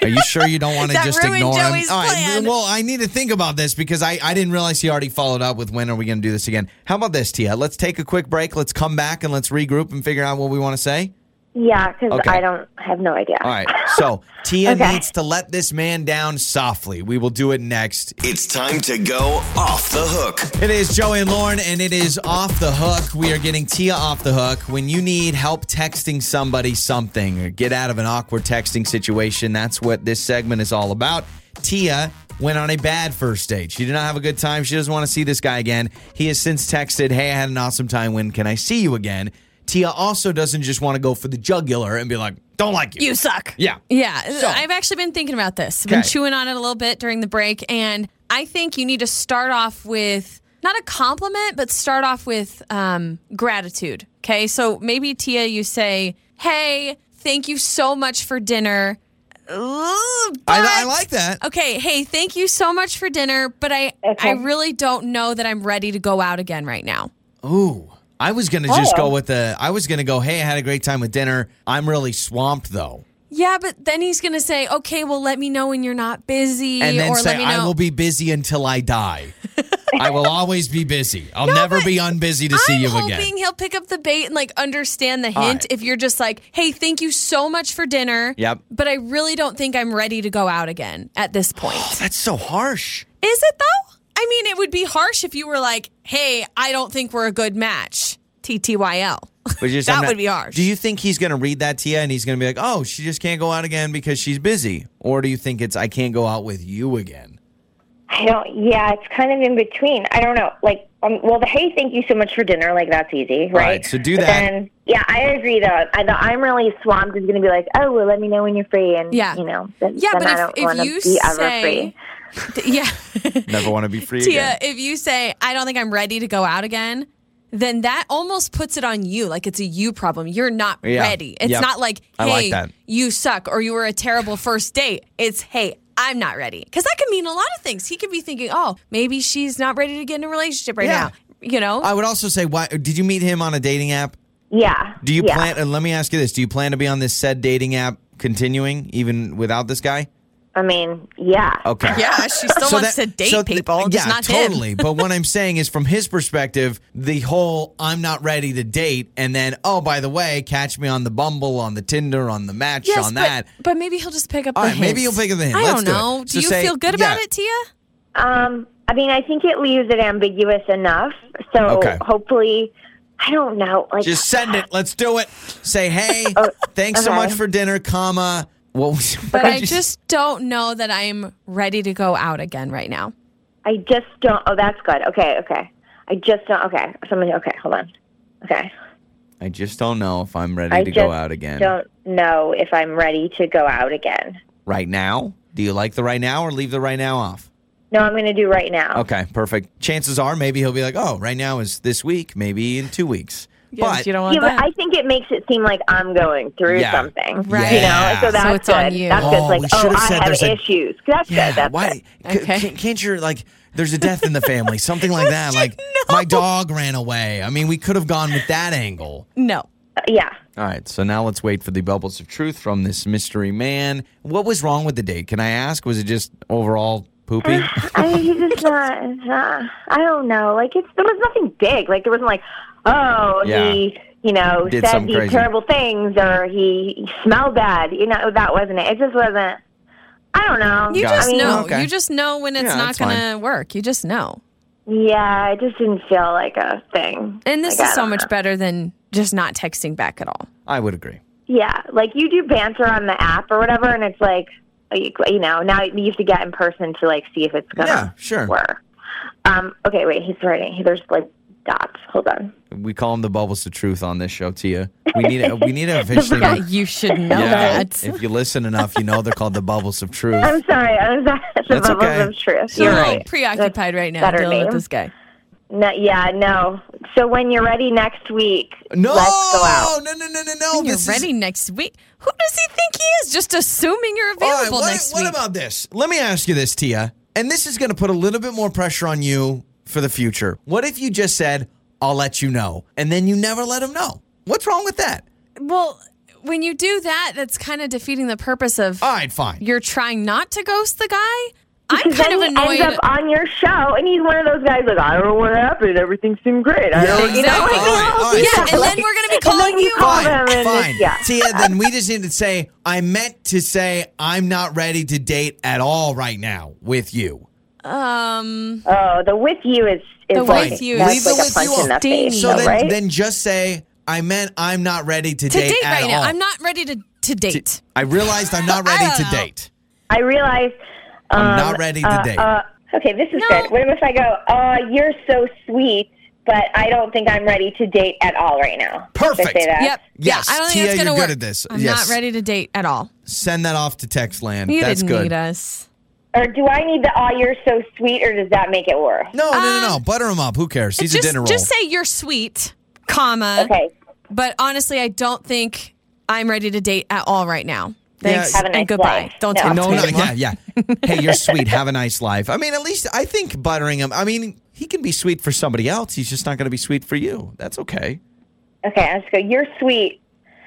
Speaker 1: Are you sure you don't want to
Speaker 2: That
Speaker 1: just
Speaker 2: ruined
Speaker 1: ignore him?
Speaker 2: Joey's
Speaker 1: All right.
Speaker 2: plan.
Speaker 1: Well, I need to think about this because I, I didn't realize he already followed up with when are we going to do this again. How about this, Tia? Let's take a quick break. Let's come back and let's regroup and figure out what we want to say.
Speaker 6: Yeah, because
Speaker 1: Okay.
Speaker 6: I don't I have no idea.
Speaker 1: All right. So Tia
Speaker 6: Okay.
Speaker 1: needs to let this man down softly. We will do it next.
Speaker 4: It's time to go off the hook.
Speaker 1: It is Joey and Lauren, and it is off the hook. We are getting Tia off the hook. When you need help texting somebody something or get out of an awkward texting situation, that's what this segment is all about. Tia went on a bad first date. She did not have a good time. She doesn't want to see this guy again. He has since texted, Hey, I had an awesome time. When can I see you again? Tia also doesn't just want to go for the jugular and be like, Don't like you.
Speaker 2: you suck.
Speaker 1: yeah.
Speaker 2: Yeah,
Speaker 1: So-
Speaker 2: I've actually been thinking about this. Been
Speaker 1: Okay.
Speaker 2: chewing on it a little bit during the break, and I think you need to start off with not a compliment, but start off with um, gratitude. Okay, so maybe Tia, you say, "Hey, thank you so much for dinner." Ooh,
Speaker 1: I, I
Speaker 2: but-
Speaker 1: like that.
Speaker 2: Okay, hey, thank you so much for dinner, but I
Speaker 6: Okay.
Speaker 2: I really don't know that I'm ready to go out again right now.
Speaker 1: Ooh. I was going to just
Speaker 6: Oh.
Speaker 1: go with the, I was going to go, Hey, I had a great time with dinner. I'm really swamped though.
Speaker 2: Yeah, but then he's gonna say, "Okay, well, let me know when you're not busy,"
Speaker 1: and then
Speaker 2: or
Speaker 1: say
Speaker 2: let me know.
Speaker 1: I will be busy until I die. I will always be busy. I'll never
Speaker 2: but
Speaker 1: be unbusy to see
Speaker 2: I'm
Speaker 1: you
Speaker 2: hoping
Speaker 1: again.
Speaker 2: he'll pick up the bait and like understand the hint.
Speaker 1: right.
Speaker 2: If you're just like, "Hey, thank you so much for dinner,"
Speaker 1: Yep.
Speaker 2: But I really don't think I'm ready to go out again at
Speaker 1: *sighs*
Speaker 2: this point.
Speaker 1: That's so harsh.
Speaker 2: Is it though? I mean, it would be harsh if you were like, "Hey, I don't think we're a good match." TTYL.
Speaker 1: But just,
Speaker 2: That
Speaker 1: I'm not-
Speaker 2: would be harsh.
Speaker 1: Do you think he's going to read that to you and he's going to be like, oh, she just can't go out again because she's busy? Or do you think it's, I can't go out with you again?
Speaker 6: I don't. Yeah, it's kind of in between. I don't know. Like, um, well, the hey, thank you so much for dinner. Like, that's easy, right?
Speaker 1: Right, so do
Speaker 6: But
Speaker 1: that.
Speaker 6: Then, yeah, I agree. Though I, the I'm really swamped is going to be like, oh, well, let me know when you're free, and
Speaker 2: Yeah.
Speaker 6: you know, then,
Speaker 2: Yeah,
Speaker 6: then
Speaker 2: but
Speaker 6: I
Speaker 2: if-
Speaker 6: don't
Speaker 2: if
Speaker 6: wanna
Speaker 2: you
Speaker 6: be ever
Speaker 2: say-
Speaker 6: free.
Speaker 2: *laughs* yeah. *laughs*
Speaker 1: Never want to be free
Speaker 2: Tia,
Speaker 1: again.
Speaker 2: if you say, I don't think I'm ready to go out again, then that almost puts it on you. Like it's a you problem. You're not
Speaker 1: Yeah.
Speaker 2: ready. It's
Speaker 1: Yep.
Speaker 2: not like,
Speaker 1: I like
Speaker 2: hey,
Speaker 1: that.
Speaker 2: you suck or you were a terrible first date. It's, hey, I'm not ready. Because that could mean a lot of things. He could be thinking, oh, maybe she's not ready to get in a relationship right
Speaker 1: Yeah.
Speaker 2: now. You know?
Speaker 1: I would also say, why did you meet him on a dating app?
Speaker 6: Yeah.
Speaker 1: Do you
Speaker 6: yeah.
Speaker 1: plan, and let me ask you this, do you plan to be on this said dating app continuing even without this guy?
Speaker 6: I mean, yeah.
Speaker 1: Okay.
Speaker 2: yeah, she still wants to date
Speaker 1: so th-
Speaker 2: people.
Speaker 1: Yeah,
Speaker 2: just not him.
Speaker 1: totally. but what I'm saying is, from his perspective, the whole "I'm not ready to date," and then oh, by the way, catch me on the Bumble, on the Tinder, on the Match,
Speaker 2: Yes,
Speaker 1: on
Speaker 2: but-
Speaker 1: that.
Speaker 2: But, maybe he'll just pick up
Speaker 1: All
Speaker 2: the
Speaker 1: right, maybe
Speaker 2: hint.
Speaker 1: he'll pick up the hint.
Speaker 2: I
Speaker 1: Let's
Speaker 2: don't
Speaker 1: do it.
Speaker 2: know.
Speaker 1: So
Speaker 2: you
Speaker 1: say-
Speaker 2: feel good about
Speaker 1: yeah.
Speaker 2: it, Tia?
Speaker 6: Um, I mean, I think it leaves it ambiguous enough. So
Speaker 1: Okay.
Speaker 6: hopefully, I don't know. Like,
Speaker 1: Just send it. Let's do it. Say
Speaker 2: *laughs*
Speaker 1: hey,
Speaker 2: Oh,
Speaker 1: thanks so
Speaker 6: okay.
Speaker 1: much for dinner, comma. What was- *laughs*
Speaker 2: But
Speaker 1: what did
Speaker 2: I
Speaker 1: you say?
Speaker 2: just don't know that I'm ready to go out again right now.
Speaker 6: I just don't. Oh, that's good. Okay, okay. I just don't. Okay, somebody. Okay, hold on. Okay.
Speaker 1: I just don't know if I'm ready
Speaker 6: I
Speaker 1: to
Speaker 6: just
Speaker 1: go out again
Speaker 6: Don't know if I'm ready to go out again.
Speaker 1: right now. Do you like the right now or leave the right now off?
Speaker 6: No, I'm going to do right now.
Speaker 1: Okay, perfect. Chances are maybe he'll be like, oh, right now is this week, maybe in two weeks. but
Speaker 2: you don't want
Speaker 6: Yeah, but
Speaker 2: that.
Speaker 6: I think it makes it seem like I'm going through
Speaker 1: Yeah.
Speaker 6: something.
Speaker 2: Right.
Speaker 6: You
Speaker 1: Yeah.
Speaker 6: know,
Speaker 1: So
Speaker 6: so that's
Speaker 2: it's on
Speaker 6: good.
Speaker 2: you.
Speaker 6: That's
Speaker 1: Oh,
Speaker 6: good. Like,
Speaker 1: we
Speaker 6: oh,
Speaker 1: should've
Speaker 6: I
Speaker 1: said
Speaker 6: have
Speaker 1: there's a-
Speaker 6: issues. that's
Speaker 1: Yeah,
Speaker 6: good. That's
Speaker 1: why
Speaker 6: good.
Speaker 1: c-
Speaker 2: Okay.
Speaker 1: can't, can't you like? There's a death in the family, something
Speaker 2: *laughs*
Speaker 1: like that. Like my dog ran away. I mean, we could have gone with that angle.
Speaker 2: no.
Speaker 6: Uh, Yeah.
Speaker 1: All right, so now let's wait for the bubbles of truth from this mystery man. What was wrong with the date? Can I ask? Was it just overall
Speaker 2: *sighs*
Speaker 1: poopy?
Speaker 6: I *laughs* mean, he's just not, it's not. I don't know. Like, it's there was nothing big. Like, there wasn't like, oh,
Speaker 1: Yeah.
Speaker 6: he, you know,
Speaker 1: Did
Speaker 6: said
Speaker 1: something
Speaker 6: these
Speaker 1: crazy.
Speaker 6: terrible things or he smelled bad. You know, that wasn't it. It just wasn't. I don't know.
Speaker 2: You
Speaker 1: Got
Speaker 2: just
Speaker 1: it.
Speaker 2: know.
Speaker 1: Okay.
Speaker 2: You just know when it's
Speaker 1: Yeah,
Speaker 2: not
Speaker 1: that's
Speaker 2: going to work. You just know.
Speaker 6: Yeah, it just didn't feel like a thing.
Speaker 2: And this
Speaker 6: Like, I
Speaker 2: is so
Speaker 6: don't
Speaker 2: much
Speaker 6: know.
Speaker 2: better than just not texting back at all.
Speaker 1: I would agree.
Speaker 6: Yeah, like you do banter on the app or whatever, and it's like, you you know, now you have to get in person to like see if it's gonna
Speaker 1: Yeah, sure.
Speaker 6: work. Um, okay, wait, he's writing. There's like dots. Hold on.
Speaker 1: We call them the bubbles of truth on this show, Tia. We need a, we
Speaker 2: *laughs*
Speaker 1: need a officially.
Speaker 2: Yeah, you
Speaker 6: *laughs*
Speaker 2: should know
Speaker 1: Yeah,
Speaker 2: that.
Speaker 1: if you listen enough, you know they're called the bubbles of truth.
Speaker 6: I'm sorry. I'm *laughs* sorry. the
Speaker 1: That's
Speaker 6: bubbles
Speaker 1: okay.
Speaker 6: of truth.
Speaker 2: So
Speaker 6: You're right.
Speaker 2: preoccupied right now
Speaker 6: better
Speaker 2: dealing with
Speaker 6: name.
Speaker 2: this guy.
Speaker 6: No, yeah, no. So when you're ready next week,
Speaker 1: No,
Speaker 6: let's go out.
Speaker 1: no, no, no, no, no.
Speaker 2: You're
Speaker 1: this is-
Speaker 2: ready next week. Who does he think he is? Just assuming you're
Speaker 1: All right,
Speaker 2: available
Speaker 1: what,
Speaker 2: next
Speaker 1: what
Speaker 2: week.
Speaker 1: about this? Let me ask you this, Tia. And this is going to put a little bit more pressure on you for the future. What if you just said, I'll let you know, and then you never let him know? What's wrong with that?
Speaker 2: well, when you do that, that's kind of defeating the purpose of
Speaker 1: All right, fine.
Speaker 2: you're trying not to ghost the guy. I'm
Speaker 6: Because
Speaker 2: kind
Speaker 6: then
Speaker 2: of annoyed.
Speaker 6: he
Speaker 2: *laughs*
Speaker 6: ends up on your show, and he's one of those guys like, I don't know what happened. Everything seemed great. I don't, you know,
Speaker 2: exactly.
Speaker 1: All
Speaker 6: like,
Speaker 1: right, all right,
Speaker 2: yeah,
Speaker 1: so- *laughs*
Speaker 2: and then we're gonna be
Speaker 6: and then
Speaker 2: calling
Speaker 6: you
Speaker 2: you.
Speaker 6: call
Speaker 2: out.
Speaker 6: them.
Speaker 1: fine,
Speaker 6: and
Speaker 1: fine.
Speaker 6: it's- yeah.
Speaker 1: Tia, then we just need to say, I meant to say, I'm not ready to date at all right now with you.
Speaker 2: Um,
Speaker 6: Oh, the with you is, is
Speaker 2: The
Speaker 6: like,
Speaker 2: with you
Speaker 6: that's
Speaker 2: is-
Speaker 1: Leave
Speaker 6: like
Speaker 1: the
Speaker 6: a
Speaker 1: with
Speaker 6: punch
Speaker 1: you
Speaker 6: in the
Speaker 2: stinging.
Speaker 6: face,
Speaker 1: So
Speaker 2: Yeah,
Speaker 1: then,
Speaker 6: right?
Speaker 1: then just say, I meant I'm not ready to,
Speaker 2: to date,
Speaker 1: at
Speaker 2: right now.
Speaker 1: all.
Speaker 2: I'm not ready to to date.
Speaker 1: I realized I'm not ready
Speaker 2: I
Speaker 1: to
Speaker 2: don't know.
Speaker 1: date.
Speaker 6: I realize um,
Speaker 1: I'm not ready to
Speaker 6: uh,
Speaker 1: date.
Speaker 6: Uh, okay, this is
Speaker 2: No.
Speaker 6: good. What if I go? Uh, you're so sweet, but I don't think I'm ready to date at all right now. Should I
Speaker 1: Perfect.
Speaker 6: say that?
Speaker 2: Yep.
Speaker 1: Yes,
Speaker 2: yeah, I don't think
Speaker 1: Tia,
Speaker 2: that's gonna
Speaker 1: you're good
Speaker 2: work.
Speaker 1: at this.
Speaker 2: I'm
Speaker 1: Yes.
Speaker 2: not ready to date at all.
Speaker 1: Send that off to text land.
Speaker 2: You
Speaker 1: That's
Speaker 2: didn't
Speaker 1: good.
Speaker 2: need us.
Speaker 6: Or do I need the "Aw, you're so sweet" or does that make it worse?
Speaker 1: no, no, no, no. Butter him up. Who cares? He's
Speaker 2: Uh, just,
Speaker 1: a dinner roll.
Speaker 2: just say you're sweet, comma.
Speaker 6: Okay.
Speaker 2: But honestly, I don't think I'm ready to date at all right now. Thanks
Speaker 6: Have a nice
Speaker 2: and goodbye.
Speaker 6: life.
Speaker 2: Don't
Speaker 6: No.
Speaker 2: talk
Speaker 1: no,
Speaker 2: to me
Speaker 1: no,
Speaker 2: anymore.
Speaker 1: yeah, yeah.
Speaker 2: *laughs*
Speaker 1: Hey, you're sweet. Have a nice life. I mean, at least I think buttering him. I mean, he can be sweet for somebody else. He's just not going to be sweet for you. That's okay.
Speaker 6: Okay, I just go. You're sweet,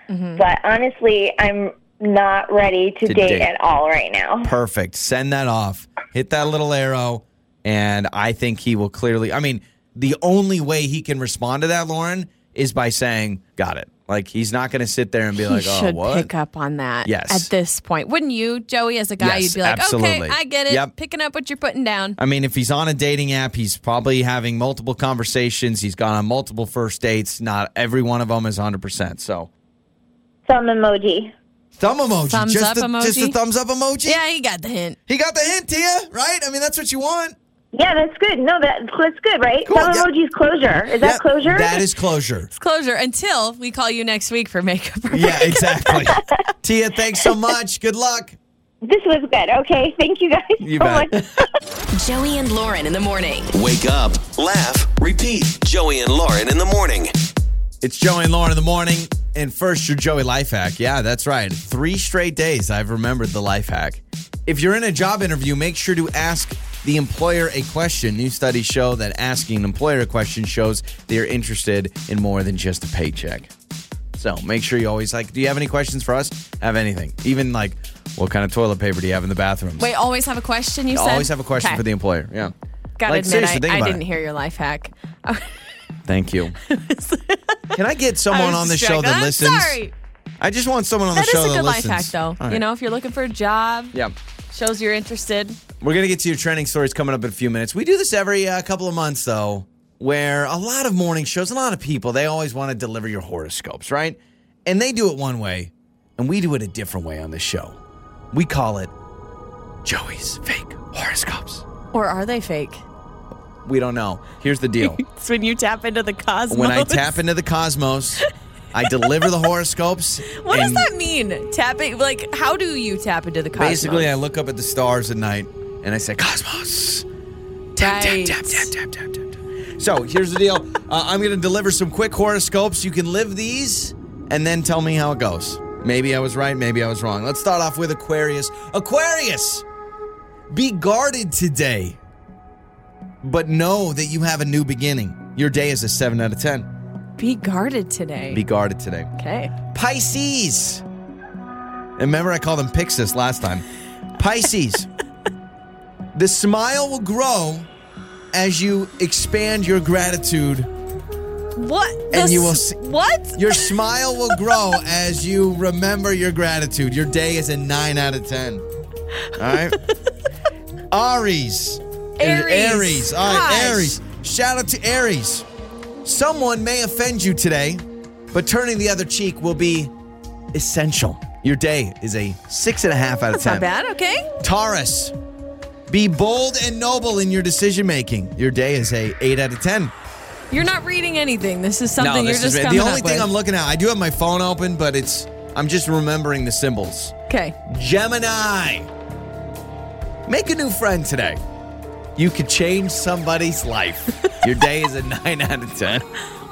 Speaker 2: Mm-hmm.
Speaker 6: but honestly, I'm not ready to,
Speaker 1: To
Speaker 6: date,
Speaker 1: date.
Speaker 6: at all right now.
Speaker 1: Perfect. Send that off. Hit that little arrow. And I think he will clearly, I mean, the only way he can respond to that, Lauren, is by saying, got it. Like, he's not going to sit there and be
Speaker 2: He
Speaker 1: like, oh,
Speaker 2: should
Speaker 1: what?
Speaker 2: pick up on that
Speaker 1: Yes.
Speaker 2: at this point. Wouldn't you, Joey, as a guy?
Speaker 1: Yes,
Speaker 2: you'd be like,
Speaker 1: absolutely.
Speaker 2: okay, I get it.
Speaker 1: Yep.
Speaker 2: Picking up what you're putting down.
Speaker 1: I mean, if he's on a dating app, he's probably having multiple conversations. He's gone on multiple first dates. Not every one of them is 100%. So,
Speaker 6: Thumb emoji.
Speaker 1: thumb emoji.
Speaker 2: Thumbs
Speaker 1: just
Speaker 2: up
Speaker 1: the, Just the
Speaker 2: emoji?
Speaker 1: thumbs up emoji.
Speaker 2: Yeah, you got the hint.
Speaker 1: He got the hint, Tia, right? I mean, that's what you want.
Speaker 6: Yeah, that's good. No, that that's good, right?
Speaker 1: Cool,
Speaker 6: Thumb
Speaker 1: yeah.
Speaker 6: emoji's closure. Is
Speaker 1: Yeah,
Speaker 6: that closure?
Speaker 1: That is closure.
Speaker 2: It's closure until we call you next week for makeup. or
Speaker 1: Yeah,
Speaker 6: *laughs*
Speaker 1: exactly. Tia, thanks so much. Good luck.
Speaker 6: This was good. Okay, thank you guys
Speaker 1: You
Speaker 6: so
Speaker 1: bet.
Speaker 6: much.
Speaker 3: Joey and Lauren in the morning.
Speaker 4: Wake up, laugh, repeat. Joey and Lauren in the morning.
Speaker 1: It's Joey and Lauren in the morning. And first, your Joey life hack. Yeah, that's right. Three straight days I've remembered the life hack. If you're in a job interview, make sure to ask the employer a question. New studies show that asking an employer a question shows they're interested in more than just a paycheck. So make sure you always like, do you have any questions for us? Have anything. Even like, what kind of toilet paper do you have in the bathroom?
Speaker 2: *laughs* Wait, always have a question. You said?
Speaker 1: always have a question
Speaker 2: Okay.
Speaker 1: for the employer. Yeah.
Speaker 2: Gotta
Speaker 1: like,
Speaker 2: admit,
Speaker 1: seriously, think
Speaker 2: I, I
Speaker 1: about
Speaker 2: didn't
Speaker 1: it.
Speaker 2: hear your life hack.
Speaker 1: Thank
Speaker 2: *laughs*
Speaker 1: you. Can I get
Speaker 2: I
Speaker 1: someone
Speaker 2: was
Speaker 1: on the show
Speaker 2: distracted.
Speaker 1: that
Speaker 2: I'm
Speaker 1: listens?
Speaker 2: Sorry.
Speaker 1: I just want someone on the
Speaker 2: That is
Speaker 1: show
Speaker 2: a
Speaker 1: that
Speaker 2: good life
Speaker 1: listens.
Speaker 2: hack, though.
Speaker 1: All right.
Speaker 2: You know, if you're looking for a job,
Speaker 1: Yeah.
Speaker 2: shows you're interested.
Speaker 1: We're going to get to your trending stories coming up in a few minutes. We do this every uh, couple of months, though, where a lot of morning shows, a lot of people, they always want to deliver your horoscopes, right? And they do it one way, and we do it a different way on this show. We call it Joey's Fake Horoscopes.
Speaker 2: Or are they fake?
Speaker 1: We don't know. Here's the deal.
Speaker 2: *laughs* It's when you tap into the cosmos.
Speaker 1: when I
Speaker 2: *laughs*
Speaker 1: tap into the cosmos, I deliver the horoscopes.
Speaker 2: *laughs* What does
Speaker 1: and
Speaker 2: that mean? Tapping, like, how do you tap into the cosmos?
Speaker 1: Basically, I look up at the stars at night and I say, Cosmos. Tap, tap,
Speaker 2: Right.
Speaker 1: tap, tap, tap, tap, tap, tap. So here's the deal. *laughs* Uh, I'm going to deliver some quick horoscopes. You can live these and then tell me how it goes. Maybe I was right, maybe I was wrong. Let's start off with Aquarius. Aquarius, be guarded today, but know that you have a new beginning. Your day is a 7 out of 10.
Speaker 2: Be guarded today.
Speaker 1: Be guarded today.
Speaker 2: okay.
Speaker 1: Pisces. Remember, I called them Pixis last time. Pisces. *laughs* the smile will grow as you expand your gratitude.
Speaker 2: What?
Speaker 1: And
Speaker 2: the
Speaker 1: you will
Speaker 2: s-
Speaker 1: see-
Speaker 2: What?
Speaker 1: Your smile will grow as you remember your gratitude. Your day is a 9 out of 10. All right? Aries.
Speaker 2: Aries.
Speaker 1: Aries. All right,
Speaker 2: Gosh.
Speaker 1: Aries. Shout out to Aries. Someone may offend you today, but turning the other cheek will be essential. Your day is a six and a half out of
Speaker 2: That's
Speaker 1: ten.
Speaker 2: not bad, okay?
Speaker 1: Taurus, be bold and noble in your decision making. Your day is a eight out of ten.
Speaker 2: You're not reading anything. This is something you're just
Speaker 1: the
Speaker 2: coming
Speaker 1: only
Speaker 2: up
Speaker 1: thing
Speaker 2: with.
Speaker 1: I'm looking at. I do have my phone open, but it's I'm just remembering the symbols.
Speaker 2: okay.
Speaker 1: Gemini, make a new friend today. You could change somebody's
Speaker 2: *laughs*
Speaker 1: life. Your day is a nine out of ten.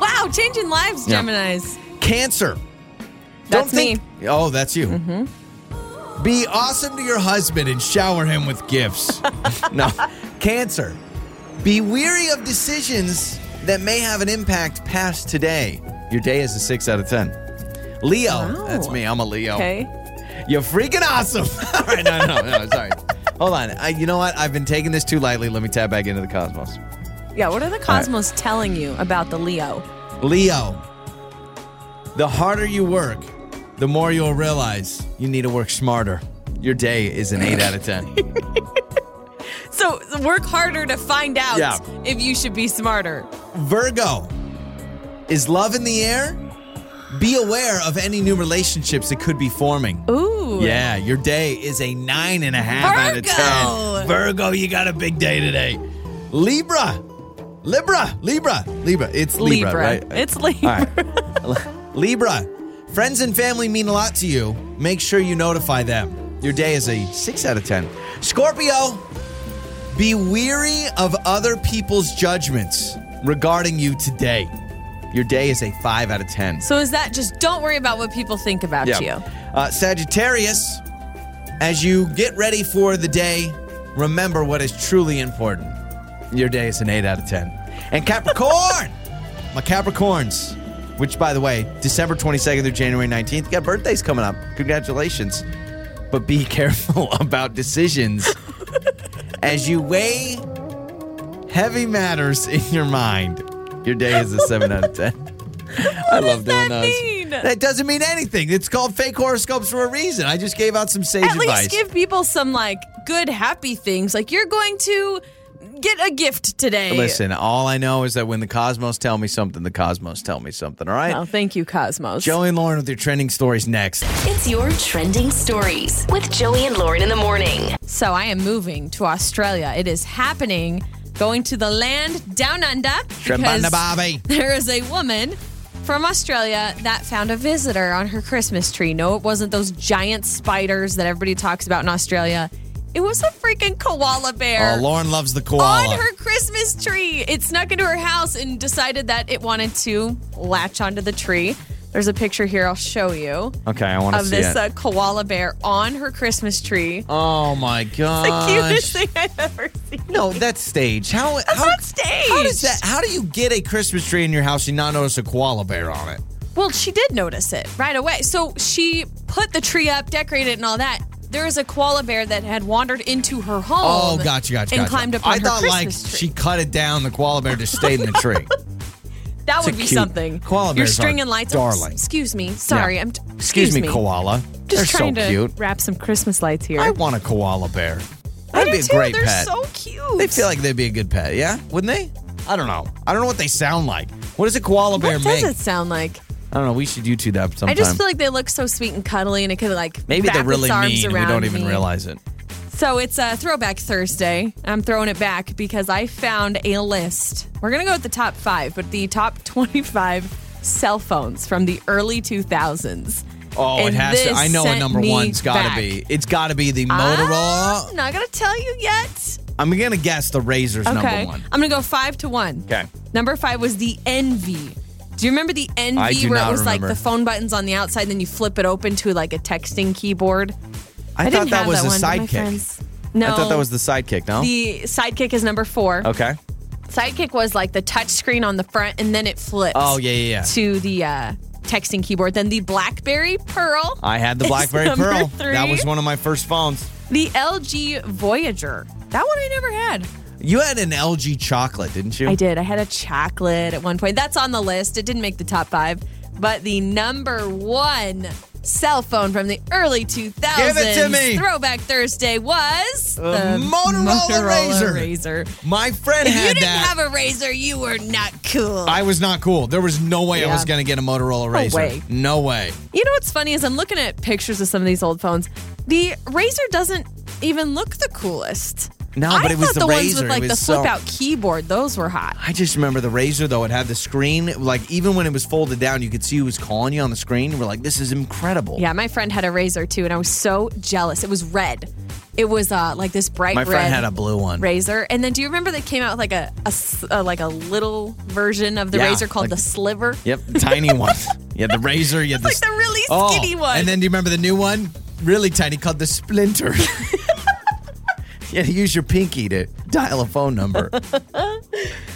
Speaker 2: Wow, changing lives,
Speaker 1: Yeah.
Speaker 2: Geminis.
Speaker 1: Cancer.
Speaker 2: That's me. Mm-hmm.
Speaker 1: Oh, that's you. Be awesome to your husband and shower him with
Speaker 2: *laughs*
Speaker 1: gifts. no. Cancer. Be weary of decisions that may have an impact past today. Your day is a six out of 10. Leo.
Speaker 2: Wow.
Speaker 1: That's me. I'm a Leo.
Speaker 2: Okay.
Speaker 1: You're freaking awesome. *laughs* All right. No, no, no. Sorry. Hold on. I, you know what? I've been taking this too lightly. Let me tap back into the cosmos.
Speaker 2: Yeah, what are the cosmos telling you about the Leo?
Speaker 1: Leo, the harder you work, the more you'll realize you need to work smarter. Your day is an 8 out of 10.
Speaker 2: So work harder to find out
Speaker 1: Yeah.
Speaker 2: if you should be smarter.
Speaker 1: *laughs* Virgo, is love in the air? Be aware of any new relationships that could be forming.
Speaker 2: Ooh.
Speaker 1: Yeah, your day is a nine and a half out of ten.
Speaker 2: Virgo!
Speaker 1: Virgo, you got a big day today. Libra, Libra, Libra, Libra. It's Libra,
Speaker 2: Libra.
Speaker 1: right?
Speaker 2: It's Libra.
Speaker 1: All right. *laughs* Libra, friends and family mean a lot to you. Make sure you notify them. Your day is a six out of ten. Scorpio, be weary of other people's judgments regarding you today. Your day is a five out of ten.
Speaker 2: So is that just don't worry about what people think about you?
Speaker 1: Uh, Sagittarius, as you get ready for the day, remember what is truly important. Your day is an 8 out of 10. And Capricorn! *laughs* My Capricorns, which, by the way, December 22nd through January 19th, got birthdays coming up. Congratulations. *laughs*
Speaker 2: *laughs*
Speaker 1: But be careful about decisions as you weigh heavy matters in your mind. Your day is a 7 out of 10. I love doing
Speaker 2: that
Speaker 1: those.
Speaker 2: mean?
Speaker 1: That doesn't mean anything. It's called fake horoscopes for a reason. I just gave out some sage
Speaker 2: At
Speaker 1: advice.
Speaker 2: least give people some like good, happy things. Like you're going to get a gift today.
Speaker 1: Listen, all I know is that when the cosmos tell me something, the cosmos tell me something, all right?
Speaker 2: Oh, thank you, Cosmos.
Speaker 1: Joey and Lauren with your trending stories next. Uh,
Speaker 3: It's your trending stories with Joey and Lauren in the morning.
Speaker 2: So I am moving to Australia. It is happening. Going to the land down under. because
Speaker 1: Trembanda Bobby.
Speaker 2: *laughs* There is a woman from Australia that found a visitor on her Christmas tree. No, it wasn't those giant spiders that everybody talks about in Australia. It was a freaking koala bear.
Speaker 1: Oh, Lauren loves the
Speaker 2: on
Speaker 1: koala.
Speaker 2: her Christmas tree. It snuck into her house and decided that it wanted to latch onto the tree. There's a picture here I'll show you
Speaker 1: okay, I want to
Speaker 2: of
Speaker 1: see
Speaker 2: this
Speaker 1: it.
Speaker 2: uh, koala bear on her Christmas tree.
Speaker 1: oh my
Speaker 2: The
Speaker 1: gosh.
Speaker 2: cutest thing I've ever seen.
Speaker 1: No, that's staged. How how,
Speaker 2: not staged.
Speaker 1: How does that? How do you get a Christmas tree in your house and not notice a koala bear on it?
Speaker 2: Well, she did notice it right away. So she put the tree up, decorated it, and all that. There is a koala bear that had wandered into her
Speaker 1: Oh,
Speaker 2: home.
Speaker 1: gotcha, gotcha,
Speaker 2: And
Speaker 1: gotcha.
Speaker 2: climbed up on
Speaker 1: I
Speaker 2: her
Speaker 1: thought like
Speaker 2: Christmas tree.
Speaker 1: she cut it down. The koala bear just stayed in the
Speaker 2: *laughs*
Speaker 1: tree.
Speaker 2: That would
Speaker 1: a
Speaker 2: be
Speaker 1: cute-
Speaker 2: something.
Speaker 1: koala
Speaker 2: Your
Speaker 1: bears are
Speaker 2: string and lights. Oh,
Speaker 1: darling.
Speaker 2: s- excuse me. Sorry,
Speaker 1: Yeah.
Speaker 2: I'm. T-
Speaker 1: Excuse me, koala.
Speaker 2: Just
Speaker 1: They're so
Speaker 2: trying to
Speaker 1: cute.
Speaker 2: wrap some Christmas lights here.
Speaker 1: I want a koala bear.
Speaker 2: I
Speaker 1: That'd
Speaker 2: do
Speaker 1: be a
Speaker 2: too.
Speaker 1: great
Speaker 2: They're
Speaker 1: pet.
Speaker 2: so cute.
Speaker 1: they feel like they'd be a good pet, yeah? Wouldn't they? I don't know. I don't know what they sound like. What does a koala
Speaker 2: What
Speaker 1: bear
Speaker 2: does
Speaker 1: make?
Speaker 2: it sound like?
Speaker 1: I don't know. We should YouTube that sometime.
Speaker 2: I just feel like they look so sweet and cuddly, and it could like
Speaker 1: Maybe
Speaker 2: wrap
Speaker 1: they're really
Speaker 2: its arms
Speaker 1: mean and we
Speaker 2: around
Speaker 1: don't even
Speaker 2: me.
Speaker 1: realize it.
Speaker 2: So it's a throwback Thursday. I'm throwing it back because I found a list. We're gonna go with the top five, but the top *laughs* 25 cell phones from the early 2000s.
Speaker 1: Oh,
Speaker 2: And
Speaker 1: it has to.
Speaker 2: this
Speaker 1: I know a
Speaker 2: sent
Speaker 1: number
Speaker 2: me
Speaker 1: one's got
Speaker 2: back.
Speaker 1: to be. It's got to be the Motorola.
Speaker 2: I'm Ah, not gonna tell you yet.
Speaker 1: I'm gonna guess the Razor's number one.
Speaker 2: I'm gonna go five to one.
Speaker 1: Okay.
Speaker 2: Number five was the Envy. Do you remember the Envy
Speaker 1: I do
Speaker 2: where
Speaker 1: not
Speaker 2: it was like
Speaker 1: remember.
Speaker 2: the phone buttons on the outside, then you flip it open to like a texting keyboard?
Speaker 1: I,
Speaker 2: I,
Speaker 1: thought
Speaker 2: didn't
Speaker 1: that
Speaker 2: have
Speaker 1: was the
Speaker 2: that one, but my
Speaker 1: sidekick.
Speaker 2: friends- No,
Speaker 1: I thought that was the sidekick. No.
Speaker 2: the sidekick is number four.
Speaker 1: okay.
Speaker 2: Sidekick was like the touch screen on the front, and then it flipped.
Speaker 1: Oh yeah, yeah, yeah.
Speaker 2: To the uh, texting keyboard. Then the BlackBerry Pearl,
Speaker 1: I had the
Speaker 2: It's
Speaker 1: BlackBerry
Speaker 2: number
Speaker 1: Pearl.
Speaker 2: three.
Speaker 1: That was one of my first phones.
Speaker 2: the LG Voyager. That one I never had.
Speaker 1: You had an LG chocolate, didn't you?
Speaker 2: I did. I had a chocolate at one point. That's on the list. It didn't make the top five, but the number one cell phone from the early 2000s.
Speaker 1: Give it to me.
Speaker 2: Throwback Thursday was the,
Speaker 1: Motorola Razr.
Speaker 2: Razr.
Speaker 1: My friend
Speaker 2: If you
Speaker 1: had
Speaker 2: didn't
Speaker 1: that.
Speaker 2: have a razor, you were not cool.
Speaker 1: I was not cool. There was no way I
Speaker 2: Yeah.
Speaker 1: was going to get a Motorola Razor.
Speaker 2: way.
Speaker 1: No way.
Speaker 2: you know what's funny is I'm looking at pictures of some of these old phones. The razor doesn't even look the coolest.
Speaker 1: No,
Speaker 2: I
Speaker 1: but it was
Speaker 2: thought
Speaker 1: the
Speaker 2: the ones
Speaker 1: Razr. It
Speaker 2: with like the
Speaker 1: was so-
Speaker 2: flip out keyboard. Those were hot.
Speaker 1: I just remember the Razor though. It had the screen. Like even when it was folded down, you could see who was calling you on the screen. We're like, this is incredible.
Speaker 2: Yeah, my friend had a razor too, and I was so jealous. It was red. It was uh, like this bright
Speaker 1: My
Speaker 2: red
Speaker 1: friend had a blue one.
Speaker 2: razor. And then do you remember they came out with like a, a s- uh, like a little version of the
Speaker 1: Yeah,
Speaker 2: razor called
Speaker 1: like-
Speaker 2: the sliver?
Speaker 1: Yep, the
Speaker 2: *laughs*
Speaker 1: tiny one. You had the Razor. You had
Speaker 2: It's
Speaker 1: the
Speaker 2: like the really
Speaker 1: Oh,
Speaker 2: skinny one.
Speaker 1: And then do you remember the new one? Really tiny called the
Speaker 2: *laughs*
Speaker 1: Splinter. *laughs* yeah, to use your pinky to dial a phone
Speaker 2: *laughs*
Speaker 1: number.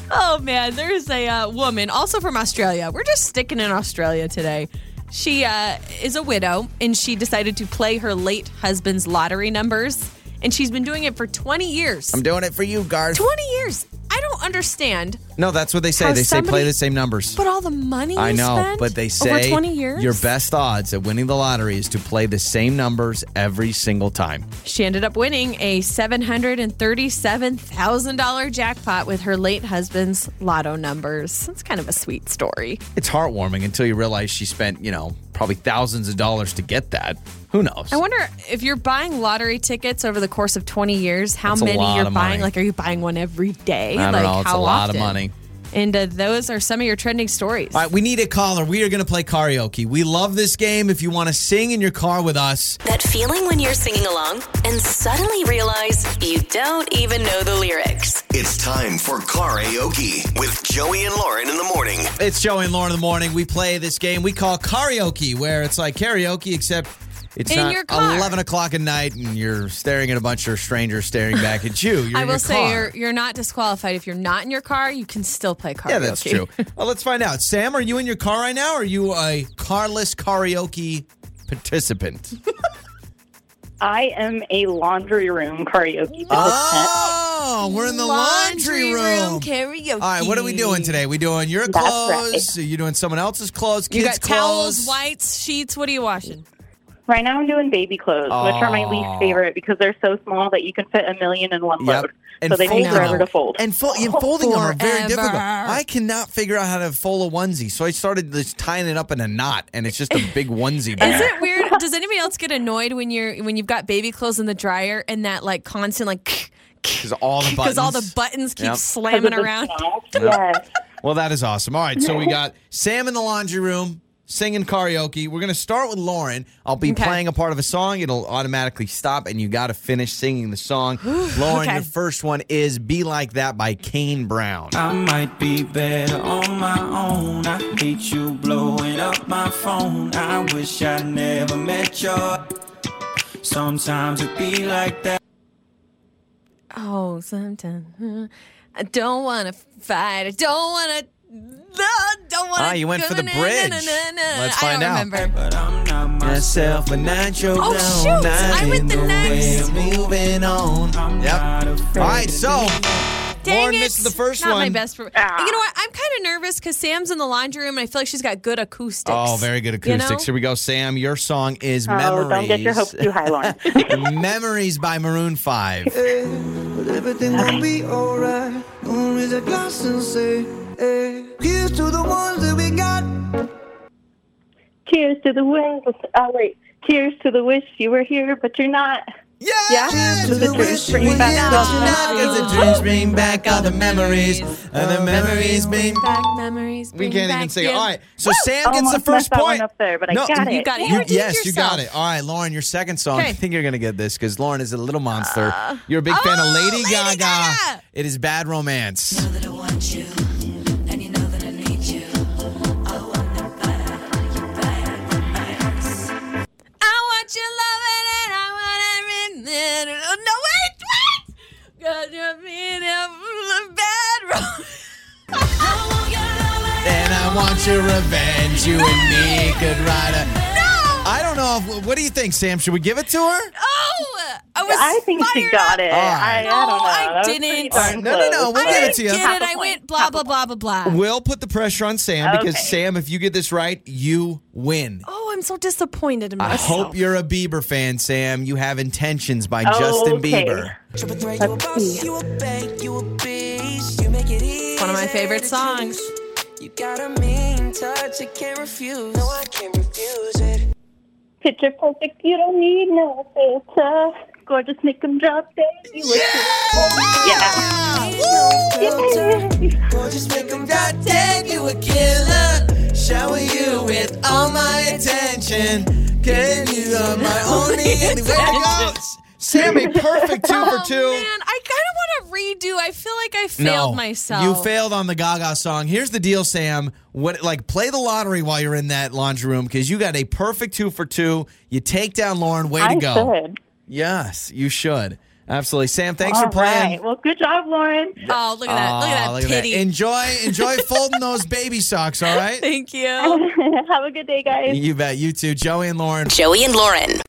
Speaker 2: oh man, there's a uh, woman also from Australia. We're just sticking in Australia today. She uh, is a widow, and she decided to play her late husband's lottery numbers, and she's been doing it for 20 years.
Speaker 1: I'm doing it for you, Garth.
Speaker 2: 20 years. I don't understand.
Speaker 1: No, that's what they say.
Speaker 2: How
Speaker 1: They say play
Speaker 2: somebody-
Speaker 1: the same numbers.
Speaker 2: But all the money
Speaker 1: I
Speaker 2: you
Speaker 1: know,
Speaker 2: spent
Speaker 1: but they
Speaker 2: over
Speaker 1: say
Speaker 2: 20 years.
Speaker 1: your best odds at winning the lottery is to play the same numbers every single time.
Speaker 2: She ended up winning a $737,000 jackpot with her late husband's lotto numbers. It's kind of a sweet story.
Speaker 1: It's heartwarming until you realize she spent, you know, probably thousands of dollars to get that. Who knows?
Speaker 2: I wonder if you're buying lottery tickets over the course of 20 years, how
Speaker 1: That's a
Speaker 2: many
Speaker 1: lot
Speaker 2: you're
Speaker 1: of
Speaker 2: buying.
Speaker 1: money.
Speaker 2: Like, are you buying one every day?
Speaker 1: I don't
Speaker 2: like,
Speaker 1: know. It's
Speaker 2: how
Speaker 1: a lot
Speaker 2: often?
Speaker 1: of money.
Speaker 2: And uh, those are some of your trending stories.
Speaker 1: All right, we need a caller. We are going to play karaoke. We love this game. If you want to sing in your car with us,
Speaker 3: That feeling when you're singing along and suddenly realize you don't even know the lyrics.
Speaker 4: It's time for karaoke with Joey and Lauren in the morning.
Speaker 1: it's Joe and Lauren in the morning. We play this game we call karaoke, where it's like karaoke, except it's
Speaker 2: In
Speaker 1: not
Speaker 2: your car.
Speaker 1: 11 o'clock at night and you're staring at a bunch of strangers staring back at you. You're
Speaker 2: I
Speaker 1: in
Speaker 2: will
Speaker 1: your
Speaker 2: say
Speaker 1: car.
Speaker 2: you're you're not disqualified if you're not in your car. You can still play karaoke.
Speaker 1: Yeah, that's
Speaker 2: *laughs*
Speaker 1: true. well, let's find out. Sam, are you in your car right now? Or are you a carless karaoke
Speaker 2: *laughs*
Speaker 1: participant?
Speaker 7: I am a laundry room karaoke participant.
Speaker 1: Oh, we're in the laundry, room.
Speaker 2: karaoke.
Speaker 1: All right, what are we doing today? We doing your
Speaker 6: That's
Speaker 1: clothes?
Speaker 6: right.
Speaker 1: Are you doing someone else's clothes? Kids'
Speaker 2: You got
Speaker 1: clothes?
Speaker 2: towels, whites, sheets. What are you washing?
Speaker 7: Right now, I'm doing baby clothes, which are my
Speaker 1: Aw.
Speaker 7: least favorite because they're so small that you can fit a million in one
Speaker 1: Yep.
Speaker 7: load.
Speaker 1: And
Speaker 7: so they take
Speaker 1: folding
Speaker 7: forever to
Speaker 1: them.
Speaker 7: fold.
Speaker 1: And, fo- and folding them are very
Speaker 2: Forever.
Speaker 1: difficult. I cannot figure out how to fold a onesie, so I started just tying it up in a knot, and it's just a big onesie.
Speaker 2: Is
Speaker 1: bag.
Speaker 2: it weird? Does anybody else get annoyed when you're when you've got baby clothes in the dryer and that like constant like *laughs*
Speaker 1: *laughs* 'Cause
Speaker 2: because
Speaker 1: all
Speaker 2: *laughs*
Speaker 1: the
Speaker 2: all the
Speaker 1: buttons.
Speaker 2: buttons keep
Speaker 1: Yep.
Speaker 2: slamming
Speaker 1: *laughs*
Speaker 7: 'Cause of the
Speaker 2: around?
Speaker 7: smell.
Speaker 6: Yes.
Speaker 1: Well, that is awesome. All right, so
Speaker 2: *laughs*
Speaker 1: we got Sam in the laundry room singing karaoke. We're going to start with Lauren. I'll be
Speaker 2: Okay.
Speaker 1: playing a part of a song. It'll automatically stop, and you got to finish singing the song. Lauren,
Speaker 2: *gasps* Okay.
Speaker 1: your first one is Be Like That by Kane Brown.
Speaker 8: I might be better on my own. I hate you blowing up my phone. I wish I never met you. Sometimes it be like that.
Speaker 2: Oh, sometimes hmm. I don't want to fight. I don't want to. Don't want to.
Speaker 1: Ah, you went for the bridge. Let's find out. Uh,
Speaker 2: I don't remember.
Speaker 8: But I'm not myself.
Speaker 1: a nacho
Speaker 2: Oh, shoot. I went the next.
Speaker 1: moving on.
Speaker 8: I'm
Speaker 1: Yep.
Speaker 8: not afraid.
Speaker 1: All right, so
Speaker 2: Dang
Speaker 1: Lauren
Speaker 2: it.
Speaker 1: missed the first
Speaker 2: Not my
Speaker 1: one.
Speaker 2: best. For, You
Speaker 1: Ah.
Speaker 2: know what? I'm kind of nervous because Sam's in the laundry room and I feel like she's got good acoustics.
Speaker 1: Oh, very good
Speaker 2: You know?
Speaker 1: acoustics. Here we go, Sam. Your song is
Speaker 7: Oh,
Speaker 1: Memories.
Speaker 7: don't get your hopes too high,
Speaker 1: *laughs*
Speaker 7: Lauren.
Speaker 1: Memories by Maroon 5.
Speaker 9: Eh, But everything will be alright. Gonna raise a glass and say, hey. Here's to the ones that we got.
Speaker 7: Cheers to the wind. Oh, wait. Cheers to the wish you were here, but you're not.
Speaker 1: Yes!
Speaker 7: Yeah.
Speaker 9: To the wish
Speaker 7: Bring
Speaker 9: we
Speaker 7: back
Speaker 9: had
Speaker 7: the-
Speaker 1: Not
Speaker 9: tonight.
Speaker 1: Cause the dreams bring back all the memories. And the memories bring
Speaker 2: Back memories.
Speaker 1: We
Speaker 2: bring
Speaker 1: can't
Speaker 2: back
Speaker 1: even sing
Speaker 2: you.
Speaker 1: it. All right. So Sam gets the
Speaker 7: Almost
Speaker 1: first
Speaker 7: messed that
Speaker 1: point.
Speaker 7: one up there, but I got
Speaker 1: you
Speaker 7: it.
Speaker 2: got it.
Speaker 1: You-
Speaker 2: You redeemed
Speaker 1: yes, you got
Speaker 2: yourself.
Speaker 1: it. All right, Lauren, your second song. I
Speaker 2: Okay.
Speaker 1: think you're going to get this because Lauren is a little monster.
Speaker 7: Uh,
Speaker 1: you're a big fan of
Speaker 2: Oh,
Speaker 1: Lady,
Speaker 2: Lady
Speaker 1: Gaga.
Speaker 2: Gaga.
Speaker 1: It is Bad Romance.
Speaker 2: I want your loving and I want every minute. Oh, no, wait, wait! Got your feet up from the bedroom.
Speaker 1: And I want your revenge. You and me could ride a.
Speaker 2: No!
Speaker 1: I don't know. If, what do you think, Sam? Should we give it to her?
Speaker 2: Oh! I was
Speaker 7: I think she
Speaker 2: fired
Speaker 7: got
Speaker 2: up.
Speaker 7: it.
Speaker 1: All
Speaker 7: I, I
Speaker 1: right.
Speaker 7: don't know.
Speaker 2: No, Oh, I
Speaker 7: That was pretty
Speaker 2: didn't.
Speaker 7: darn
Speaker 1: No, no, no.
Speaker 7: close.
Speaker 1: We'll
Speaker 2: I
Speaker 1: give it to you.
Speaker 2: did
Speaker 7: Half
Speaker 2: it.
Speaker 7: a
Speaker 2: I went
Speaker 7: point.
Speaker 2: blah,
Speaker 7: Half a
Speaker 2: blah, blah, blah, blah.
Speaker 1: We'll put the pressure on Sam because
Speaker 7: Okay.
Speaker 1: Sam, if you get this right, you win.
Speaker 2: Oh, I'm so disappointed in
Speaker 1: I
Speaker 2: myself.
Speaker 1: hope you're a Bieber fan, Sam. You have intentions by
Speaker 7: Oh,
Speaker 1: Justin
Speaker 7: okay.
Speaker 1: Bieber.
Speaker 7: Let's see.
Speaker 9: You a bank, you a bitch. You make it easy.
Speaker 2: One of my favorite songs.
Speaker 9: You got a mean touch, I can't refuse. No, I can't refuse it.
Speaker 7: Picture perfect. You don't need no filter. Gorgeous, make them drop dead. You look yeah.
Speaker 9: Gorgeous, make them god damn you a killer. Shower you with all my attention. Can you
Speaker 1: uh,
Speaker 7: *laughs*
Speaker 9: are my only
Speaker 1: There you go. Sam, a perfect two for two.
Speaker 2: Oh, man, I kind of want to redo. I feel like I failed
Speaker 1: no,
Speaker 2: myself.
Speaker 1: You failed on the Gaga song. Here's the deal, Sam. What like play the lottery while you're in that laundry room because you got a perfect two for two. You take down Lauren. Way
Speaker 7: I
Speaker 1: to go.
Speaker 7: should.
Speaker 1: Yes, you should. Absolutely, Sam. Thanks
Speaker 7: All
Speaker 1: for playing.
Speaker 7: right. Well, good job, Lauren. *laughs*
Speaker 2: Oh, look at that. look at
Speaker 1: Aw,
Speaker 2: that
Speaker 1: Ah, look at
Speaker 2: pity.
Speaker 1: Enjoy, enjoy folding those baby socks.
Speaker 2: *laughs*
Speaker 1: All right.
Speaker 2: Thank you.
Speaker 7: Have a good day, guys.
Speaker 1: You bet. You too, Joey and Lauren.
Speaker 3: Joey and Lauren.